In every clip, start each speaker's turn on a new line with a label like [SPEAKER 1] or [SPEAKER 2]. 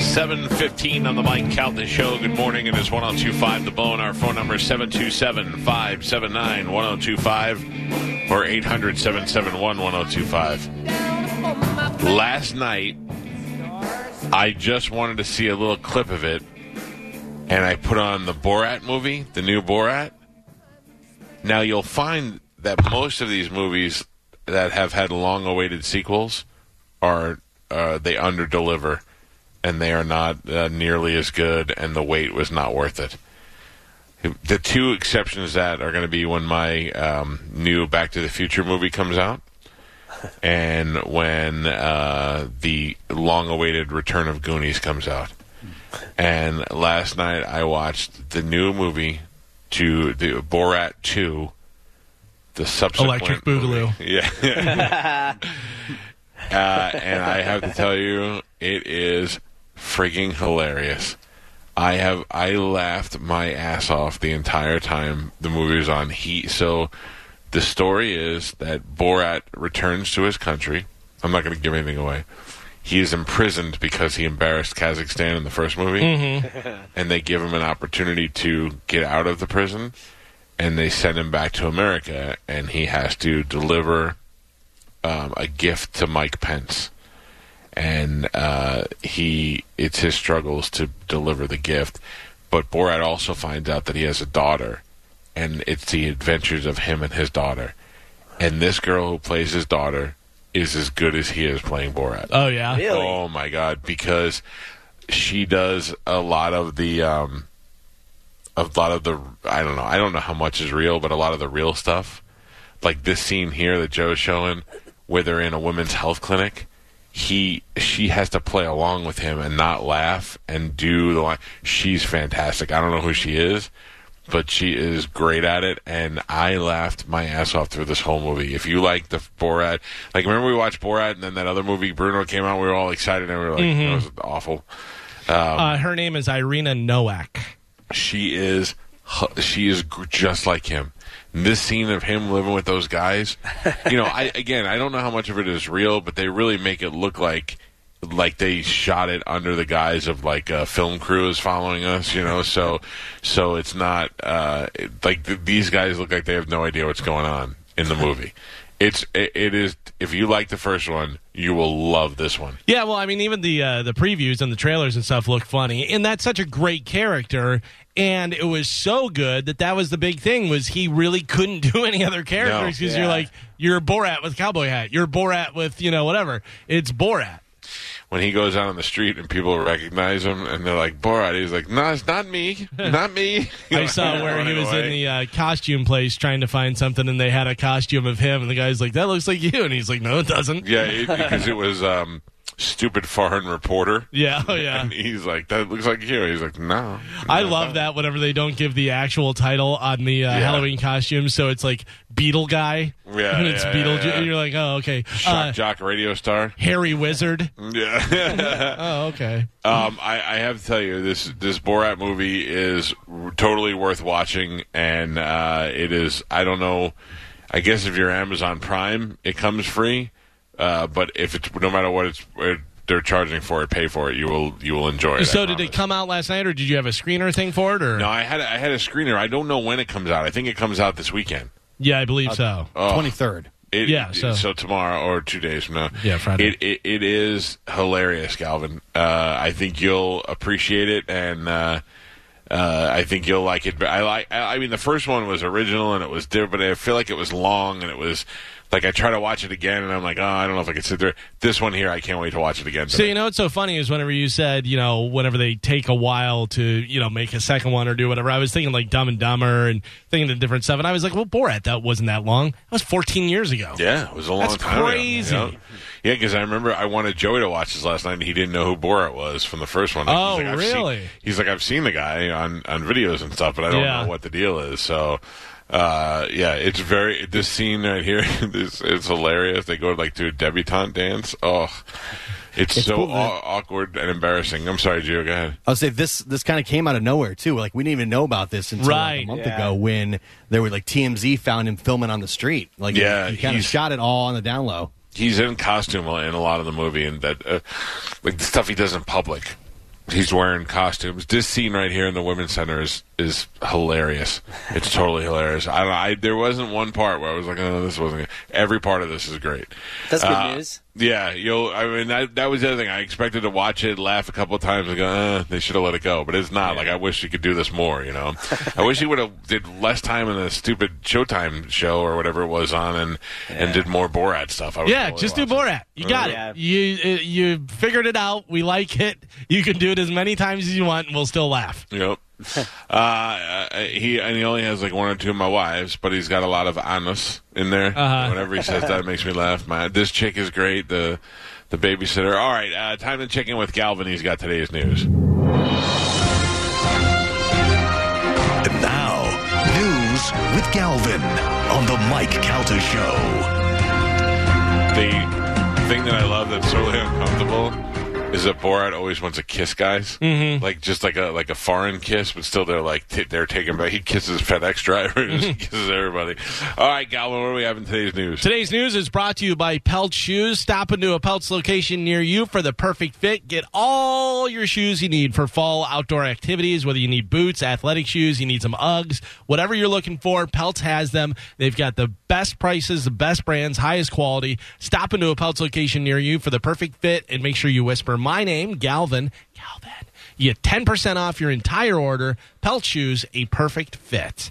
[SPEAKER 1] Seven fifteen on the Mike Calton Show. Good morning. It is one zero two five. The Bone. Our phone number is 727-579-1025 or 800-771-1025. Last night, I just wanted to see a little clip of it, and I put on the Borat movie, the new Borat. Now you'll find that most of these movies that have had long-awaited sequels are uh, they underdeliver, and they are not uh, nearly as good, and the wait was not worth it. The two exceptions to that are going to be when my um, new Back to the Future movie comes out, and when uh, the long-awaited Return of Goonies comes out. And last night I watched the new movie to the Borat Two, the subsequent
[SPEAKER 2] Electric Boogaloo.
[SPEAKER 1] movie. Yeah. uh, and I have to tell you, it is frigging hilarious. I have I laughed my ass off the entire time the movie was on. He so the story is that Borat returns to his country. I'm not going to give anything away. He is imprisoned because he embarrassed Kazakhstan in the first movie, and they give him an opportunity to get out of the prison, and they send him back to America, and he has to deliver um, a gift to Mike Pence, and uh, he it's his struggles to deliver the gift. But Borat also finds out that he has a daughter, and it's the adventures of him and his daughter. And this girl who plays his daughter is as good as he is playing Borat.
[SPEAKER 2] Oh yeah.
[SPEAKER 3] Really?
[SPEAKER 1] Oh my god! Because she does a lot of the, um, a lot of the. I don't know. I don't know how much is real, but a lot of the real stuff, like this scene here that Joe's showing, where they're in a women's health clinic. He, she has to play along with him and not laugh and do the line. She's fantastic. I don't know who she is, but she is great at it, and I laughed my ass off through this whole movie. If you like the Borat, like remember we watched Borat, and then that other movie Bruno came out, we were all excited, and we were like, "That was awful."
[SPEAKER 2] Uh, her name is Irina Nowak.
[SPEAKER 1] She is, she is g- just like him. This scene of him living with those guys, you know, I again, I don't know how much of it is real, but they really make it look like. Like they shot it under the guise of like a film crew is following us, you know. So, so it's not uh, it- like th- these guys look like they have no idea what's going on in the movie. It's it, it is if you like the first one, you will love this one.
[SPEAKER 2] Yeah, well, I mean, even the uh, the previews and the trailers and stuff look funny, and that's such a great character, and it was so good that that was the big thing was he really couldn't do any other characters because you're
[SPEAKER 3] Yeah.
[SPEAKER 2] like you're Borat with cowboy hat, you're Borat with you know whatever, it's Borat.
[SPEAKER 1] when he goes out on the street and people recognize him and they're like Borat, he's like, "No, it's not me, not me."
[SPEAKER 2] I saw where he was in the uh, costume place trying to find something, and they had a costume of him, and the guy's like, "That looks like you," and he's like, "No, it doesn't."
[SPEAKER 1] yeah it, because it was um, stupid foreign reporter.
[SPEAKER 2] Yeah, oh yeah.
[SPEAKER 1] And he's like, "That looks like you." He's like, "No."
[SPEAKER 2] I love that whenever they don't give the actual title on the uh, Halloween costume, so it's like Beetle Guy,
[SPEAKER 1] Yeah,
[SPEAKER 2] and it's
[SPEAKER 1] yeah,
[SPEAKER 2] Beetle.
[SPEAKER 1] yeah, yeah.
[SPEAKER 2] You're like, oh, okay,
[SPEAKER 1] Shock
[SPEAKER 2] uh,
[SPEAKER 1] jock radio star.
[SPEAKER 2] Harry Wizard.
[SPEAKER 1] Yeah.
[SPEAKER 2] Oh, okay.
[SPEAKER 1] Um, I, I have to tell you, this this Borat movie is r- totally worth watching, and uh, it is. I don't know. I guess if you're Amazon Prime, it comes free. Uh, but if it's no matter what it's what they're charging for it, pay for it. You will you will enjoy it.
[SPEAKER 2] so
[SPEAKER 1] I
[SPEAKER 2] did it
[SPEAKER 1] promise.
[SPEAKER 2] come out last night, or did you have a screener thing for it? Or
[SPEAKER 1] No, I had a- I had a screener. I don't know when it comes out. I think it comes out this weekend.
[SPEAKER 2] yeah, I
[SPEAKER 1] Uh,
[SPEAKER 2] believe so.
[SPEAKER 1] oh.
[SPEAKER 4] Twenty third.
[SPEAKER 1] It,
[SPEAKER 2] Yeah, so-
[SPEAKER 1] tomorrow or two days from now.
[SPEAKER 2] Yeah, Friday.
[SPEAKER 1] It it, it is hilarious, Galvin. Uh, I think you'll appreciate it, and uh, uh, I think you'll like it. But I like. I I mean, the first one was original and it was different, but I feel like it was long and it was Like I try to watch it again, and I'm like, oh, I don't know if I can sit there. This one here, I can't wait to watch it again.
[SPEAKER 2] So you know what's so funny is whenever you said you know whenever they take a while to you know make a second one or do whatever, I was thinking like Dumb and Dumber and thinking the different stuff, and I was like, well, Borat that wasn't that long. That was 14 years ago.
[SPEAKER 1] Yeah, it was a long
[SPEAKER 2] That's
[SPEAKER 1] time. ago, you
[SPEAKER 2] crazy.
[SPEAKER 1] know? Yeah, because I remember I wanted Joey to watch this last night, and he didn't know who Borat was from the first one. Like,
[SPEAKER 2] Oh,
[SPEAKER 1] he's like, "I've seen-"
[SPEAKER 2] really?
[SPEAKER 1] he's like, I've seen the guy on on videos and stuff, but I don't
[SPEAKER 2] Yeah.
[SPEAKER 1] know what the deal is. So. Uh, yeah, it's very this scene right here. This it's hilarious. They go like to a debutante dance. Oh, it's,
[SPEAKER 3] It's
[SPEAKER 1] so
[SPEAKER 3] cool, man.
[SPEAKER 1] aw- awkward and embarrassing. I'm sorry, Gio. Go ahead.
[SPEAKER 3] I'll say this this kind of came out of nowhere too. Like we didn't even know about this until like,
[SPEAKER 2] Right.
[SPEAKER 3] a month
[SPEAKER 4] Yeah.
[SPEAKER 3] ago when there were like TMZ found him filming on the street. Like
[SPEAKER 1] Yeah,
[SPEAKER 3] he, kind of
[SPEAKER 1] he's-
[SPEAKER 3] shot it all on the down low.
[SPEAKER 1] he's in costume in a lot of the movie, and that uh, like the stuff he does in public. He's wearing costumes. This scene right here in the women's center is is hilarious. It's totally hilarious. I, don't- I there wasn't one part where I was like, oh, this wasn't. Good. Every part of this is great.
[SPEAKER 4] That's good
[SPEAKER 1] Uh,
[SPEAKER 4] news.
[SPEAKER 1] Yeah, you'll. I mean, that that was the other thing. I expected to watch it, laugh a couple of times, and go, eh, they should have let it go. But it's not. Like I wish you could do this more. You know, I wish you would have did less time in the stupid Showtime show or whatever it was on, and and did more Borat stuff. I would
[SPEAKER 2] Yeah,
[SPEAKER 1] totally
[SPEAKER 2] just do
[SPEAKER 1] watch it.
[SPEAKER 2] Borat. You got
[SPEAKER 4] Yeah.
[SPEAKER 2] it. You uh, you figured it out. We like it. You can do it as many times as you want, and we'll still laugh.
[SPEAKER 1] Yep. uh, uh, he and he only has like one or two of my wives, but he's got a lot of Anas in there.
[SPEAKER 2] Uh-huh.
[SPEAKER 1] Whenever he says that, it makes me laugh. My this chick is great. The the babysitter. All right, uh, time to check in with Galvin. He's got today's news.
[SPEAKER 5] And now, news with Galvin on the Mike Calter Show.
[SPEAKER 1] The thing that I love that's totally uncomfortable is that Borat always wants to kiss guys, mm-hmm. like just like a like a foreign kiss, but still they're like t- they're taking back. He kisses FedEx drivers, he kisses everybody. All right, Galvin, what do we have in today's news?
[SPEAKER 2] Today's news is brought to you by Pelt Shoes. Stop into a Pelt's location near you for the perfect fit. Get all your shoes you need for fall outdoor activities, whether you need boots, athletic shoes, you need some Uggs, whatever you're looking for, Pelt's has them. They've got the best prices, the best brands, highest quality. Stop into a Pelt's location near you for the perfect fit and make sure you whisper my name, Galvin. Galvin. You get 10% off your entire order. Pelt shoes, a perfect fit.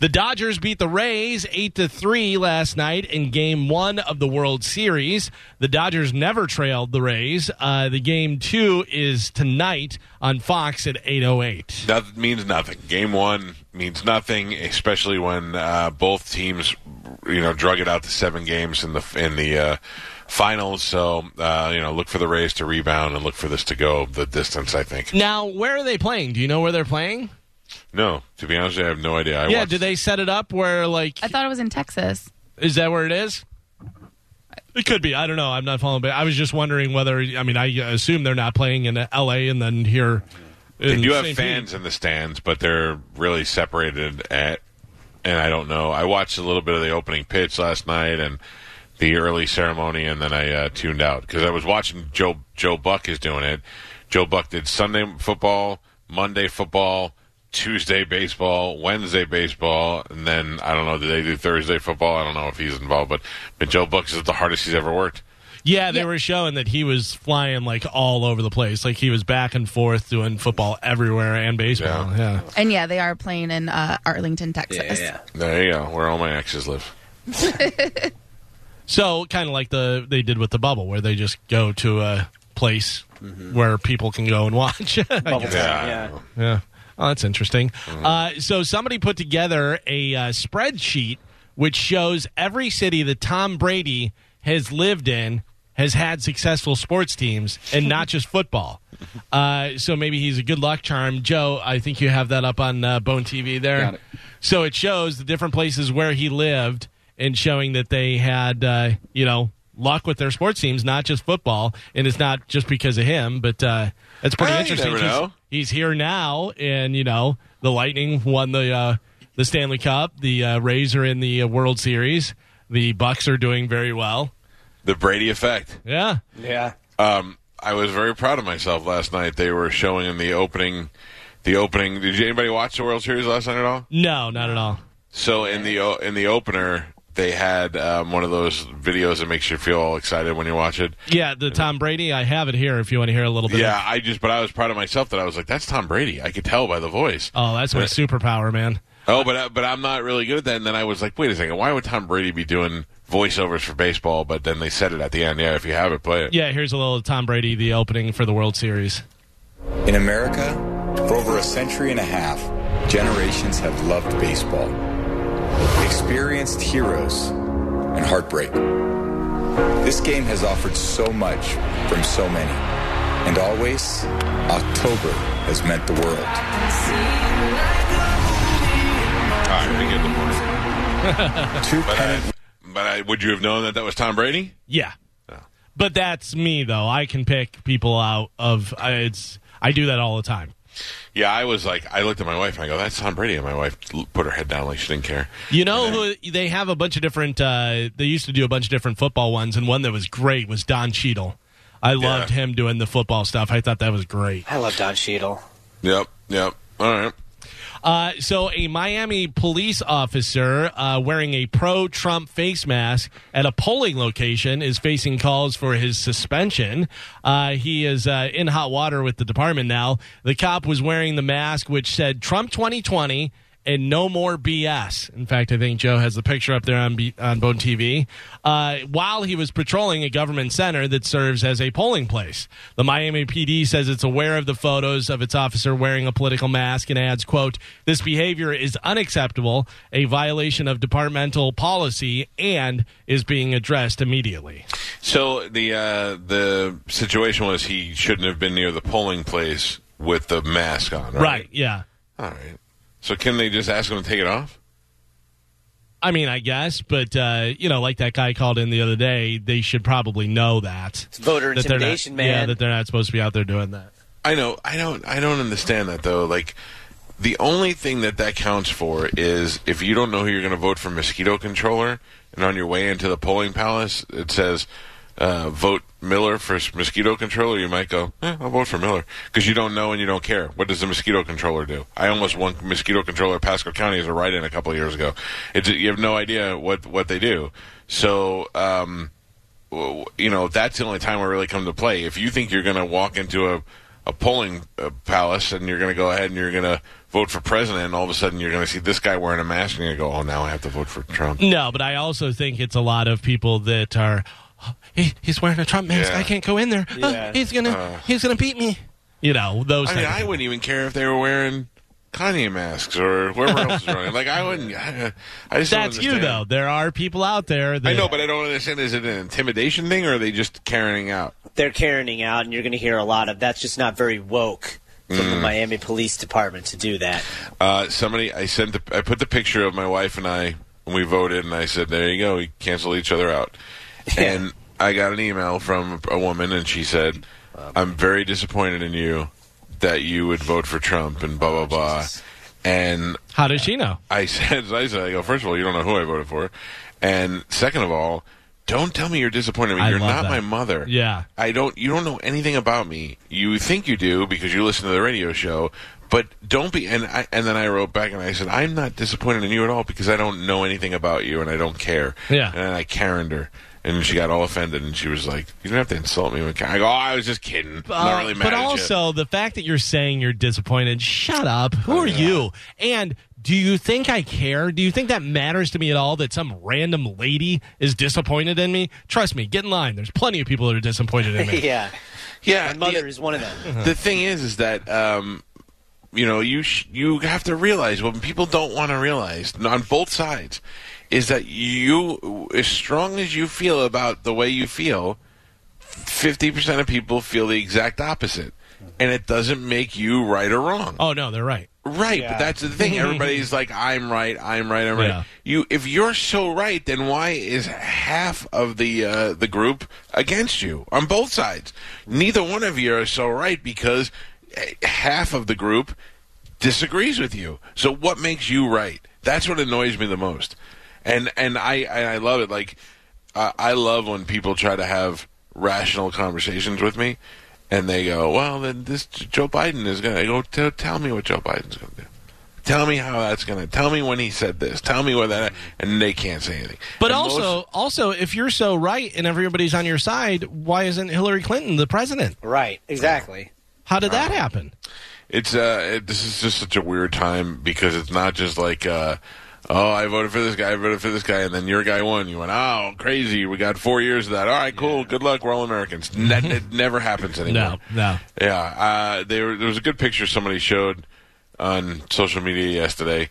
[SPEAKER 2] The Dodgers beat the Rays 8 to 3 last night in game 1 of the World Series. The Dodgers never trailed the Rays. Uh, the game 2 is tonight on Fox at 808.
[SPEAKER 1] That means nothing. Game one means nothing, especially when uh, both teams, you know, drug it out to seven games in the in the uh, finals. So uh, you know, look for the Rays to rebound and look for this to go the distance. I think.
[SPEAKER 2] Now, where are they playing? Do you know where they're playing?
[SPEAKER 1] No, to be honest, with you, I have no idea. I
[SPEAKER 2] yeah,
[SPEAKER 1] watched-
[SPEAKER 2] did they set it up where like
[SPEAKER 6] I thought it was in Texas.
[SPEAKER 2] Is that where it is? It could be. I don't know. I'm not following. But I was just wondering whether. I mean, I assume they're not playing in L.A. and then here.
[SPEAKER 1] They
[SPEAKER 2] in
[SPEAKER 1] do have
[SPEAKER 2] St. Pete.
[SPEAKER 1] fans in the stands, but they're really separated at. And I don't know. I watched a little bit of the opening pitch last night and the early ceremony, and then I uh, tuned out because I was watching Joe Joe Buck is doing it. Joe Buck did Sunday football, Monday football, Tuesday baseball, Wednesday baseball, and then I don't know. Did they do Thursday football? I don't know if he's involved, but but Joe Buck is the hardest he's ever worked.
[SPEAKER 2] Yeah, they were showing that he was flying like all over the place. Like he was back and forth doing football everywhere and baseball. Yeah.
[SPEAKER 6] And yeah, they are playing in uh, Arlington, Texas.
[SPEAKER 1] There you go. Where all my exes live.
[SPEAKER 2] So kind of like the they did with the bubble, where they just go to a place
[SPEAKER 1] Mm-hmm.
[SPEAKER 2] where people can go and watch.
[SPEAKER 4] Bubble time,
[SPEAKER 1] Yeah.
[SPEAKER 4] yeah.
[SPEAKER 2] Yeah. Oh, that's interesting.
[SPEAKER 1] Mm-hmm.
[SPEAKER 2] Uh, so somebody put together a uh, spreadsheet which shows every city that Tom Brady has lived in has had successful sports teams and not just football. Uh, so maybe he's a good luck charm. Joe, I think you have that up on uh, Bone TV there.
[SPEAKER 4] Got it.
[SPEAKER 2] So it shows the different places where he lived and showing that they had, uh, you know, luck with their sports teams, not just football. And it's not just because of him, but uh, it's pretty
[SPEAKER 1] Well, you
[SPEAKER 2] interesting.
[SPEAKER 1] never
[SPEAKER 2] 'cause
[SPEAKER 1] know.
[SPEAKER 2] He's here now, and you know the Lightning won the uh, the Stanley Cup. The uh, Rays are in the uh, World Series. The Bucks are doing very well.
[SPEAKER 1] The Brady effect.
[SPEAKER 2] Yeah,
[SPEAKER 4] Yeah.
[SPEAKER 1] um, I was very proud of myself last night. They were showing in the opening, the opening. Did you- anybody watch the World Series last night at all?
[SPEAKER 2] no, not at all.
[SPEAKER 1] So in the o- in the opener, they had um, one of those videos that makes you feel all excited when you watch it.
[SPEAKER 2] Yeah, the Tom Brady. I have it here if you want to hear a little bit. of-
[SPEAKER 1] Yeah, I just but I was proud of myself that I was like, that's Tom Brady. I could tell by the voice.
[SPEAKER 2] oh, that's my superpower, man.
[SPEAKER 1] Oh, but I, but I'm not really good at that. And then I was like, wait a second, why would Tom Brady be doing voiceovers for baseball? But then they said it at the end. Yeah, if you have it, play it.
[SPEAKER 2] Yeah, here's a little Tom Brady, the opening for the World Series.
[SPEAKER 4] In America, for over a century and a half, generations have loved baseball, experienced heroes, and heartbreak. This game has offered so much from so many, and always, October has meant the world.
[SPEAKER 1] All right, I get the point.
[SPEAKER 4] Two
[SPEAKER 1] But
[SPEAKER 4] pennant
[SPEAKER 1] I, but I, would you have known that that was Tom Brady?
[SPEAKER 2] Yeah. But that's me though. I can pick people out of I it's I do that all the time.
[SPEAKER 1] Yeah, I was like, I looked at my wife and I go, that's Tom Brady. And my wife l- put her head down like she didn't care.
[SPEAKER 2] You know who they have a bunch of different uh they used to do a bunch of different football ones and one that was great was Don Cheadle. I loved him doing the football stuff. I thought that was great.
[SPEAKER 7] I love Don Cheadle.
[SPEAKER 1] Yep, yep. All right.
[SPEAKER 2] Uh, so, a Miami police officer uh, wearing a pro Trump face mask at a polling location is facing calls for his suspension. Uh, he is uh, in hot water with the department now. The cop was wearing the mask which said Trump 2020 and no more BS. In fact, I think Joe has the picture up there on, B- on Bone TV. Uh, while he was patrolling a government center that serves as a polling place, the Miami PD says it's aware of the photos of its officer wearing a political mask and adds, "quote This behavior is unacceptable, a violation of departmental policy, and is being addressed immediately."
[SPEAKER 1] So the uh, the situation was he shouldn't have been near the polling place with the mask on, right?
[SPEAKER 2] Right? Yeah.
[SPEAKER 1] All right. So can they just ask him to take it off?
[SPEAKER 2] I mean, I guess, but uh, you know, like that guy called in the other day, they should probably know that.
[SPEAKER 7] It's voter
[SPEAKER 2] that they're not-
[SPEAKER 7] intimidation,
[SPEAKER 2] Yeah,
[SPEAKER 7] man.
[SPEAKER 2] that they're not supposed to be out there doing that.
[SPEAKER 1] I know. I don't. I don't understand that though. Like, the only thing that that counts for is if you don't know who you're going to vote for mosquito controller, and on your way into the polling palace, it says uh, vote Miller for s- mosquito controller. You might go, eh, I'll vote for Miller because you don't know and you don't care. What does the mosquito controller do? I almost won mosquito controller Pasco County as a write-in a couple of years ago. It's, you have no idea what what they do. So. Um, w- you know that's the only time I really come to play. If you think you're going to walk into a a polling uh, palace and you're going to go ahead and you're going to vote for president, and all of a sudden you're going to see this guy wearing a mask and you go, oh, now I have to vote for Trump.
[SPEAKER 2] No, but I also think it's a lot of people that are. "Oh, he, he's wearing a Trump mask.
[SPEAKER 1] Yeah. Uh.
[SPEAKER 2] I can't go in there. Oh,
[SPEAKER 7] Yeah.
[SPEAKER 2] he's gonna he's gonna beat me. You know those.
[SPEAKER 1] I mean,
[SPEAKER 2] type of
[SPEAKER 1] I
[SPEAKER 2] things.
[SPEAKER 1] wouldn't even care if they were wearing Kanye masks or whoever else is wearing. Like I wouldn't. I, I just don't
[SPEAKER 2] That's you
[SPEAKER 1] understand.
[SPEAKER 2] though. There are people out there. That,
[SPEAKER 1] I know, but I don't understand. Is it an intimidation thing or are they just carrying out?
[SPEAKER 7] They're carrying out, and you're going to hear a lot of that's just not very woke from the Miami Police Department to do that.
[SPEAKER 1] Uh, somebody, I sent, the, I put the picture of my wife and I, and we voted, and I said, "There you go, we cancel each other out." And I got an email from a woman, and she said, "I'm very disappointed in you that you would vote for Trump and blah blah blah." And
[SPEAKER 2] how does she know?
[SPEAKER 1] I said, I said, I go, first of all, you don't know who I voted for, and second of all, don't tell me you're disappointed. in me.
[SPEAKER 2] I
[SPEAKER 1] you're
[SPEAKER 2] love
[SPEAKER 1] not
[SPEAKER 2] that.
[SPEAKER 1] my mother.
[SPEAKER 2] Yeah.
[SPEAKER 1] I don't. You don't know anything about me. You think you do because you listen to the radio show, but don't be. And I, and then I wrote back and I said, I'm not disappointed in you at all because I don't know anything about you and I don't care.
[SPEAKER 2] Yeah.
[SPEAKER 1] And then I Karened her. And she got all offended, and she was like, "You don't have to insult me." When Karen-" I go, oh, "I was just kidding. I'm
[SPEAKER 2] Uh,
[SPEAKER 1] not really mad
[SPEAKER 2] but
[SPEAKER 1] at you."
[SPEAKER 2] also the fact that you're saying you're disappointed. Shut up.
[SPEAKER 1] Oh,
[SPEAKER 2] Who are you? And do you think I care? Do you think that matters to me at all? That some random lady is disappointed in me? Trust me. Get in line. There's plenty of people that are disappointed in me.
[SPEAKER 7] yeah.
[SPEAKER 1] yeah,
[SPEAKER 7] My
[SPEAKER 1] the-
[SPEAKER 7] mother is one of them.
[SPEAKER 1] the thing is, is that um, you know you sh- you have to realize what people don't want to realize on both sides is that you, as strong as you feel about the way you feel, fifty percent of people feel the exact opposite, and it doesn't make you right or wrong.
[SPEAKER 2] Oh no, they're right.
[SPEAKER 1] Right, but that's the thing. Everybody's like, "I'm right, I'm right, I'm right."
[SPEAKER 2] Yeah.
[SPEAKER 1] You, if you're so right, then why is half of the uh, the group against you on both sides? Neither one of you are so right because eh, half of the group disagrees with you. So what makes you right? That's what annoys me the most, and and I and I love it. Like I I love when people try to have rational conversations with me, and they go, "Well, then this Joe Biden is going to go. T- tell me what Joe Biden's going to do. Tell me how that's going to. Tell me when he said this. Tell me where that." And they can't say anything.
[SPEAKER 2] But
[SPEAKER 1] And most-
[SPEAKER 2] also, also, if you're so right and everybody's on your side, why isn't Hillary Clinton the president?
[SPEAKER 7] right. Exactly.
[SPEAKER 2] How did that happen?
[SPEAKER 1] it's uh, it, this is just such a weird time because it's not just like uh, oh, I voted for this guy, I voted for this guy, and then your guy won. You went, oh, crazy! We got four years of that. All right, cool. Good luck. We're all Americans. That it never happens anymore.
[SPEAKER 2] No, no.
[SPEAKER 1] Yeah, uh, they were, there was a good picture somebody showed on social media yesterday.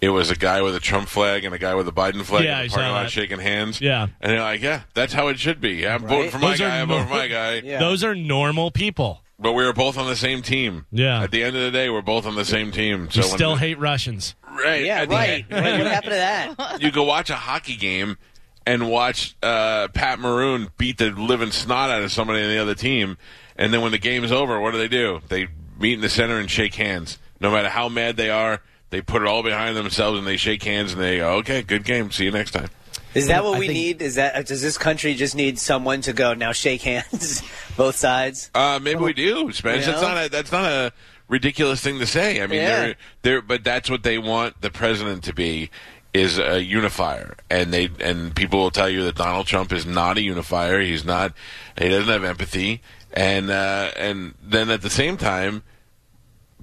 [SPEAKER 1] It was a guy with a Trump flag and a guy with a Biden flag in
[SPEAKER 2] Yeah, I
[SPEAKER 1] the
[SPEAKER 2] saw
[SPEAKER 1] parking lot
[SPEAKER 2] that.
[SPEAKER 1] shaking hands.
[SPEAKER 2] Yeah.
[SPEAKER 1] and they're like, "Yeah, that's how it should be. I'm voting
[SPEAKER 7] Right.
[SPEAKER 1] for my
[SPEAKER 2] Those are
[SPEAKER 1] guy. I'm voting for
[SPEAKER 2] nor-
[SPEAKER 1] my guy."
[SPEAKER 7] Yeah.
[SPEAKER 2] Those are normal people.
[SPEAKER 1] But we were both on the same team.
[SPEAKER 2] Yeah.
[SPEAKER 1] At the end of the day, we're both on the same team. So
[SPEAKER 2] You
[SPEAKER 1] when-
[SPEAKER 2] still hate Russians.
[SPEAKER 1] right?
[SPEAKER 7] Yeah,
[SPEAKER 1] at the
[SPEAKER 7] right. right. What happened to that?
[SPEAKER 1] end, you go watch a hockey game and watch uh, Pat Maroon beat the living snot out of somebody on the other team, and then when the game's over, what do they do? They meet in the center and shake hands. No matter how mad they are, they put it all behind themselves and they shake hands and they go, "Okay, good game. See you next time."
[SPEAKER 7] Is that what
[SPEAKER 3] I
[SPEAKER 7] we
[SPEAKER 3] think-
[SPEAKER 7] need? Is that does this country just need someone to go now shake hands, both sides?
[SPEAKER 1] Uh, maybe we do, Spanish.
[SPEAKER 7] You
[SPEAKER 1] That's
[SPEAKER 7] know?
[SPEAKER 1] not a that's not a ridiculous thing to say. I mean,
[SPEAKER 7] Yeah.
[SPEAKER 1] they're they're but that's what they want the president to be is a unifier, and they and people will tell you that Donald Trump is not a unifier. He's not. He doesn't have empathy, and uh, and then at the same time,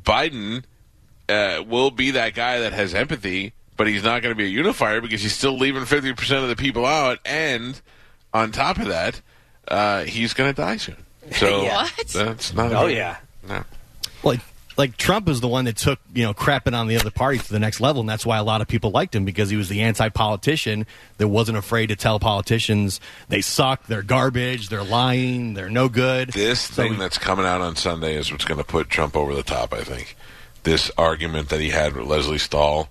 [SPEAKER 1] Biden uh, will be that guy that has empathy, but he's not going to be a unifier because he's still leaving 50% of the people out. And on top of that, uh, he's going to die soon. So
[SPEAKER 7] Yeah.
[SPEAKER 6] What?
[SPEAKER 1] that's not. a
[SPEAKER 7] Oh,
[SPEAKER 1] good-
[SPEAKER 7] yeah.
[SPEAKER 1] No.
[SPEAKER 3] Like, like Trump is the one that took you know crapping on the other party to the next level, and that's why a lot of people liked him because he was the anti-politician that wasn't afraid to tell politicians they suck, they're garbage, they're lying, they're no good.
[SPEAKER 1] This
[SPEAKER 3] So
[SPEAKER 1] thing
[SPEAKER 3] we-
[SPEAKER 1] that's coming out on Sunday is what's going to put Trump over the top. I think this argument that he had with Leslie Stahl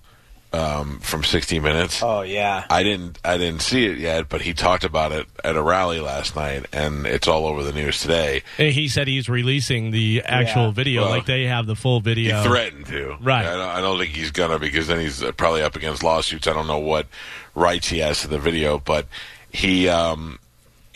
[SPEAKER 1] um, from 60 Minutes.
[SPEAKER 7] Oh yeah.
[SPEAKER 1] I didn't I didn't see it yet, but he talked about it at a rally last night, and it's all over the news today.
[SPEAKER 2] And he said he's releasing the actual
[SPEAKER 7] Yeah.
[SPEAKER 2] video,
[SPEAKER 1] Well,
[SPEAKER 2] like they have the full
[SPEAKER 1] He
[SPEAKER 2] video.
[SPEAKER 1] threatened to.
[SPEAKER 2] Right.
[SPEAKER 1] I don't, I don't think he's gonna because then he's uh, probably up against lawsuits. I don't know what rights he has to the video, but he um,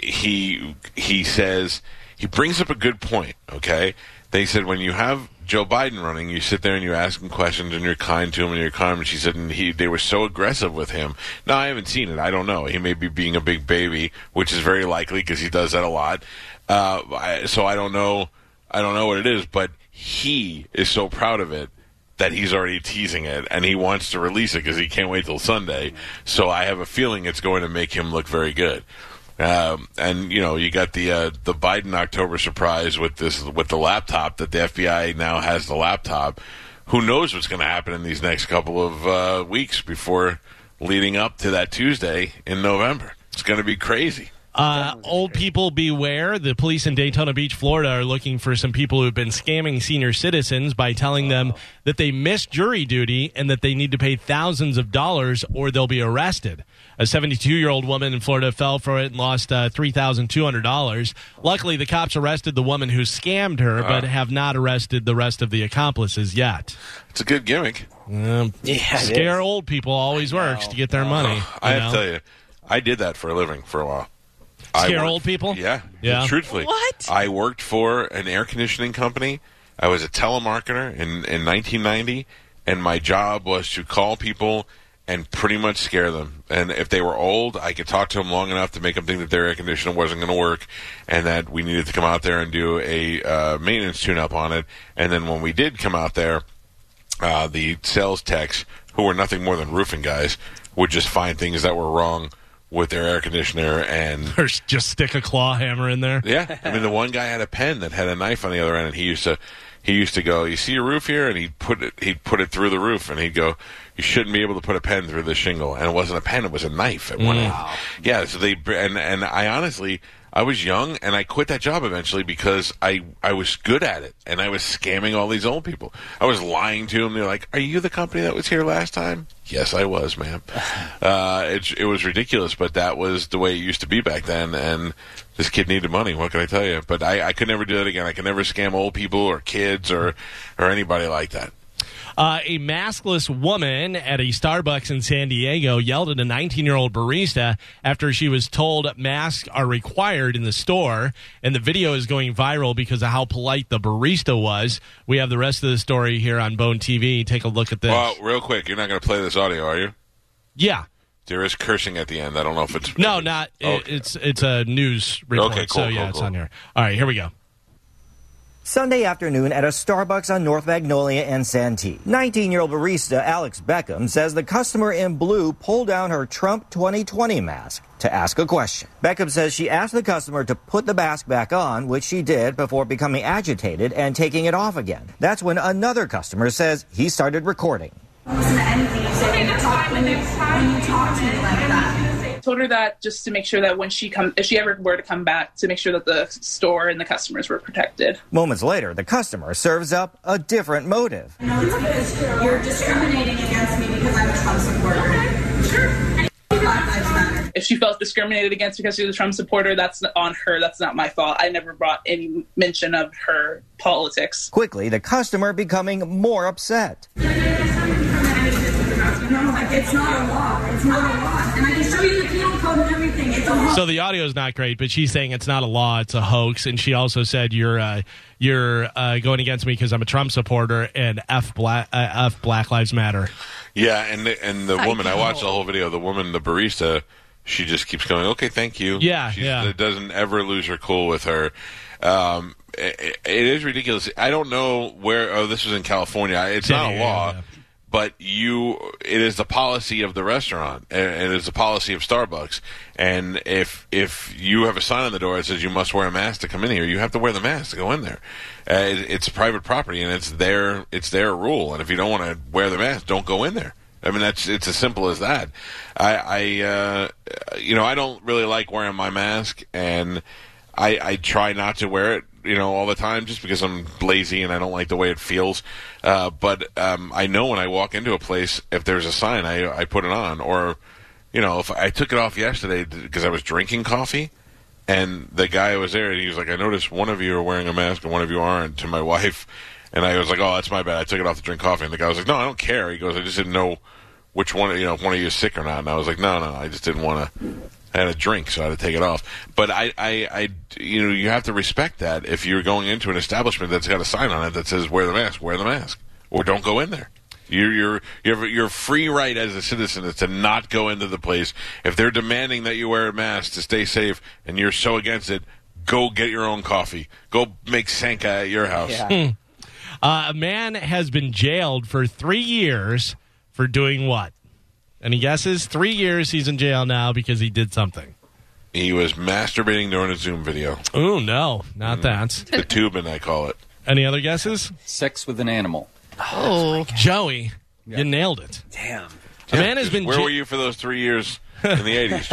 [SPEAKER 1] he he says he brings up a good point. Okay, they said when you have Joe Biden running, you sit there and you ask him questions and you're kind to him and you're calm. And she said, and he they were so aggressive with him. Now I haven't seen it. I don't know. He may be being a big baby, which is very likely because he does that a lot. Uh, I, so I don't know. I don't know what it is, but he is so proud of it that he's already teasing it and he wants to release it because he can't wait till Sunday. So I have a feeling it's going to make him look very good. Um, and you know, you got the uh, the Biden October surprise with this with the laptop that the FBI now has the laptop. Who knows what's going to happen in these next couple of uh, weeks before leading up to that Tuesday in November? It's going to be crazy.
[SPEAKER 2] Uh, old people beware. The police in Daytona Beach, Florida are looking for some people who've been scamming senior citizens by telling them that they missed jury duty and that they need to pay thousands of dollars or they'll be arrested. A 72 year old woman in Florida fell for it and lost uh, $3,200. Luckily, the cops arrested the woman who scammed her,
[SPEAKER 1] Ah.
[SPEAKER 2] but have not arrested the rest of the accomplices yet. Um,
[SPEAKER 1] It's a good gimmick.
[SPEAKER 7] Yeah. it
[SPEAKER 2] Scare
[SPEAKER 7] is.
[SPEAKER 2] old people always works to get their money.
[SPEAKER 1] I
[SPEAKER 2] you
[SPEAKER 1] have to
[SPEAKER 2] know?
[SPEAKER 1] tell you, I did that for a living for a while.
[SPEAKER 2] Scare
[SPEAKER 1] worked-
[SPEAKER 2] old people?
[SPEAKER 1] Yeah,
[SPEAKER 2] Yeah.
[SPEAKER 1] Truthfully,
[SPEAKER 6] What?
[SPEAKER 1] I worked for an air conditioning company. I was a telemarketer in in 1990, and my job was to call people and pretty much scare them. And if they were old, I could talk to them long enough to make them think that their air conditioner wasn't going to work, and that we needed to come out there and do a uh, maintenance tune up on it. And then when we did come out there, uh, the sales techs, who were nothing more than roofing guys, would just find things that were wrong with their air conditioner and
[SPEAKER 2] Or just stick a claw hammer in there.
[SPEAKER 1] yeah, I mean the one guy had a pen that had a knife on the other end, and he used to he used to go, "You see a roof here," and he'd put it he'd put it through the roof, and he'd go, "You shouldn't be able to put a pen through the shingle." And it wasn't a pen; it was a knife at one end. Yeah, so they and and I honestly. I was young and I quit that job eventually because I, I was good at it and I was scamming all these old people. I was lying to them. They're like, "Are you the company that was here last time?" Yes, I was, ma'am. Uh, it it was ridiculous, but that was the way it used to be back then. And this kid needed money. What can I tell you? But I, I could never do that again. I could never scam old people or kids or or anybody like that.
[SPEAKER 2] Uh, a maskless woman at a Starbucks in San Diego yelled at a 19 year old barista after she was told masks are required in the store. And the video is going viral because of how polite the barista was. We have the rest of the story here on Bone TV. Take a look at this.
[SPEAKER 1] Well, real quick, you're not going to play this audio, are you?
[SPEAKER 2] Yeah.
[SPEAKER 1] There is cursing at the end. I don't know if it's
[SPEAKER 2] No, not. it-
[SPEAKER 1] Okay.
[SPEAKER 2] It's it's a news report.
[SPEAKER 1] Okay, cool,
[SPEAKER 2] so, yeah,
[SPEAKER 1] cool,
[SPEAKER 2] it's
[SPEAKER 1] cool.
[SPEAKER 2] on here. All right, here we go.
[SPEAKER 8] Sunday afternoon at a Starbucks on North Magnolia and Santee. 19 year old barista Alex Beckham says the customer in blue pulled down her Trump 2020 mask to ask a question. Beckham says she asked the customer to put the mask back on, which she did before becoming agitated and taking it off again. That's when another customer says he started recording.
[SPEAKER 9] told her that just to make sure that when she come if she ever were to come back to make sure that the store and the customers were protected
[SPEAKER 8] Moments later, the customer serves up a different motive.
[SPEAKER 10] You're discriminating against me because I'm a Trump supporter.
[SPEAKER 9] if she felt discriminated against because she was a trump supporter that's on her that's not my fault i never brought any mention of her politics
[SPEAKER 8] Quickly, the customer becoming more upset.
[SPEAKER 10] No, it's not a law. It's not a law. And I can show you the penal code and everything. It's a law.
[SPEAKER 2] So the audio is not great, but she's saying it's not a law, it's a hoax, and she also said you're uh, you're uh, going against me because I'm a Trump supporter and f black uh, f Black Lives Matter.
[SPEAKER 1] Yeah, and the, and the
[SPEAKER 6] I
[SPEAKER 1] woman, I
[SPEAKER 6] know.
[SPEAKER 1] watched the whole video. The woman, the barista, she just keeps going. Okay, thank you.
[SPEAKER 2] Yeah,
[SPEAKER 1] She's-
[SPEAKER 2] yeah.
[SPEAKER 1] It doesn't ever lose her cool with her. Um, it, it is ridiculous. I don't know where. Oh, this was in California. It's
[SPEAKER 2] Yeah,
[SPEAKER 1] not a
[SPEAKER 2] yeah,
[SPEAKER 1] law.
[SPEAKER 2] yeah.
[SPEAKER 1] But you, it is the policy of the restaurant, and it is the policy of Starbucks. And if if you have a sign on the door that says you must wear a mask to come in here, you have to wear the mask to go in there. Uh, it, it's private property, and it's their it's their rule. And if you don't want to wear the mask, don't go in there. I mean, that's it's as simple as that. I, I uh, you know, I don't really like wearing my mask, and I, I try not to wear it, you know, all the time, just because I'm lazy and I don't like the way it feels. Uh, but um, I know when I walk into a place, if there's a sign, I, I put it on, or you know, if I took it off yesterday because I was drinking coffee, and the guy was there, and he was like, "I noticed one of you are wearing a mask and one of you aren't." To my wife, and I was like, "Oh, that's my bad. I took it off to drink coffee." And the guy was like, "No, I don't care." He goes, "I just didn't know which one, you know, if one of you is sick or not." And I was like, "No, no, I just didn't want to." I had a drink, so I had to take it off. But I, I, I, you know, you have to respect that if you're going into an establishment that's got a sign on it that says "Wear the mask, wear the mask," or "Don't go in there." Your your your your free right as a citizen is to not go into the place if they're demanding that you wear a mask to stay safe, and you're so against it. Go get your own coffee. Go make sanka at your house.
[SPEAKER 2] Uh, a man has been jailed for three years for doing what? Any guesses? Three years he's in jail now because he did something.
[SPEAKER 1] He was masturbating during a Zoom video.
[SPEAKER 2] Oh no, not that.
[SPEAKER 1] The tubing, I call it.
[SPEAKER 2] Any other guesses?
[SPEAKER 11] Sex with an animal.
[SPEAKER 2] Oh, Joey, you nailed it.
[SPEAKER 7] damn
[SPEAKER 2] A man has been
[SPEAKER 1] Where
[SPEAKER 2] ja-
[SPEAKER 1] were you for those three years in the '80s,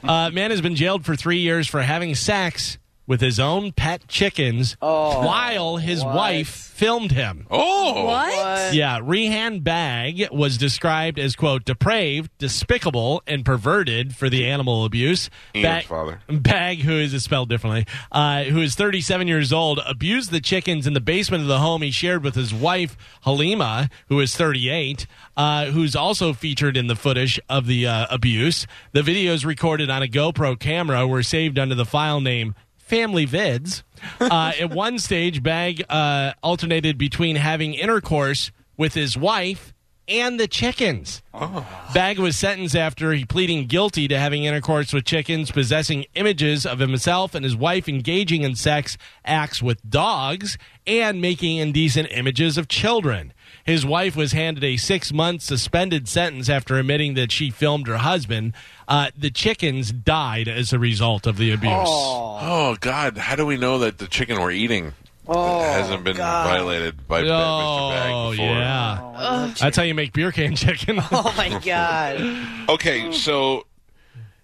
[SPEAKER 1] Joe?
[SPEAKER 2] Uh, man has been jailed for three years for having sex with his own pet chickens while his wife filmed him.
[SPEAKER 1] Oh,
[SPEAKER 6] What?
[SPEAKER 2] Yeah, Rehan Bag was described as quote depraved, despicable, and perverted for the animal abuse.
[SPEAKER 1] Ian's
[SPEAKER 2] Bag-
[SPEAKER 1] father.
[SPEAKER 2] Bag, who is spelled differently, uh, who is 37 years old, abused the chickens in the basement of the home he shared with his wife Halima, who is 38, uh, who's also featured in the footage of the uh, abuse. The videos recorded on a GoPro camera were saved under the file name Family Vids. Uh, at one stage, Bag uh, alternated between having intercourse with his wife and the chickens.
[SPEAKER 1] Oh.
[SPEAKER 2] Bag was sentenced after he pleading guilty to having intercourse with chickens, possessing images of himself and his wife engaging in sex acts with dogs, and making indecent images of children. His wife was handed a six month suspended sentence after admitting that she filmed her husband. Uh, the chickens died as a result of the abuse.
[SPEAKER 1] Oh God! How do we know that the chicken we're eating hasn't been violated by Ba- Mr. Bag
[SPEAKER 2] Oh,
[SPEAKER 1] before?
[SPEAKER 2] yeah. That's how you make beer can chicken.
[SPEAKER 7] oh my god
[SPEAKER 1] Okay, so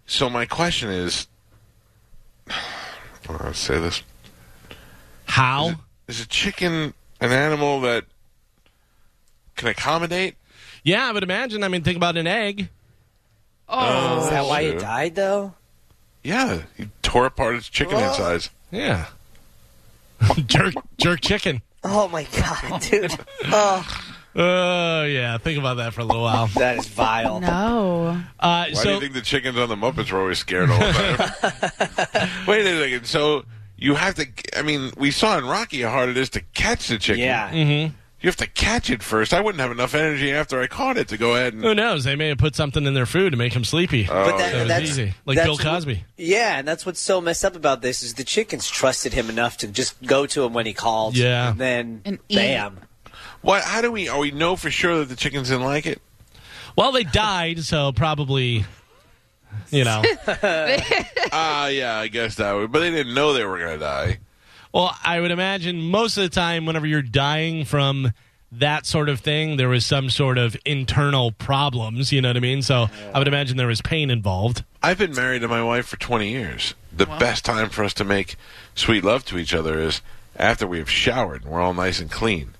[SPEAKER 1] so my question is, I to say this:
[SPEAKER 2] how?
[SPEAKER 1] Is a chicken an animal that can accommodate?
[SPEAKER 2] Yeah, I would imagine. I mean, think about an egg.
[SPEAKER 7] is that why
[SPEAKER 1] shoot.
[SPEAKER 7] it died though
[SPEAKER 1] Yeah, he tore apart its chicken insides.
[SPEAKER 2] Yeah. jerk, jerk chicken.
[SPEAKER 7] oh my god dude oh
[SPEAKER 2] Oh yeah, think about that for a little while.
[SPEAKER 7] that is vile
[SPEAKER 6] No.
[SPEAKER 2] Uh,
[SPEAKER 1] Why do you
[SPEAKER 2] so
[SPEAKER 1] think the chickens on the Muppets were always scared all the time? Wait a second. So you have to. I mean, we saw in Rocky how hard it is to catch the chicken.
[SPEAKER 7] yeah
[SPEAKER 2] Mhm.
[SPEAKER 1] You have to catch it first. I wouldn't have enough energy after I caught it to go ahead and.
[SPEAKER 2] Who knows? They may have put something in their food to make them sleepy.
[SPEAKER 1] But
[SPEAKER 2] Oh, So it was
[SPEAKER 7] that's-
[SPEAKER 2] easy. Like
[SPEAKER 7] that's
[SPEAKER 2] Bill
[SPEAKER 7] what-
[SPEAKER 2] Cosby.
[SPEAKER 7] yeah, and that's what's so messed up about this is the chickens trusted him enough to just go to him when he called.
[SPEAKER 2] Yeah.
[SPEAKER 7] and then
[SPEAKER 6] And eat.
[SPEAKER 7] bam.
[SPEAKER 1] What? How do we? Are we know for sure that the chickens didn't like it?
[SPEAKER 2] Well, they died, so probably, you know.
[SPEAKER 1] Ah, yeah, I guess that would. But they didn't know they were going to die.
[SPEAKER 2] Well, I would imagine most of the time, whenever you're dying from that sort of thing, there was some sort of internal problems. You know what I mean? So I would imagine there was pain involved.
[SPEAKER 1] I've been married to my wife for 20 years. The best time for us to make sweet love to each other is after we have showered and we're all nice and clean.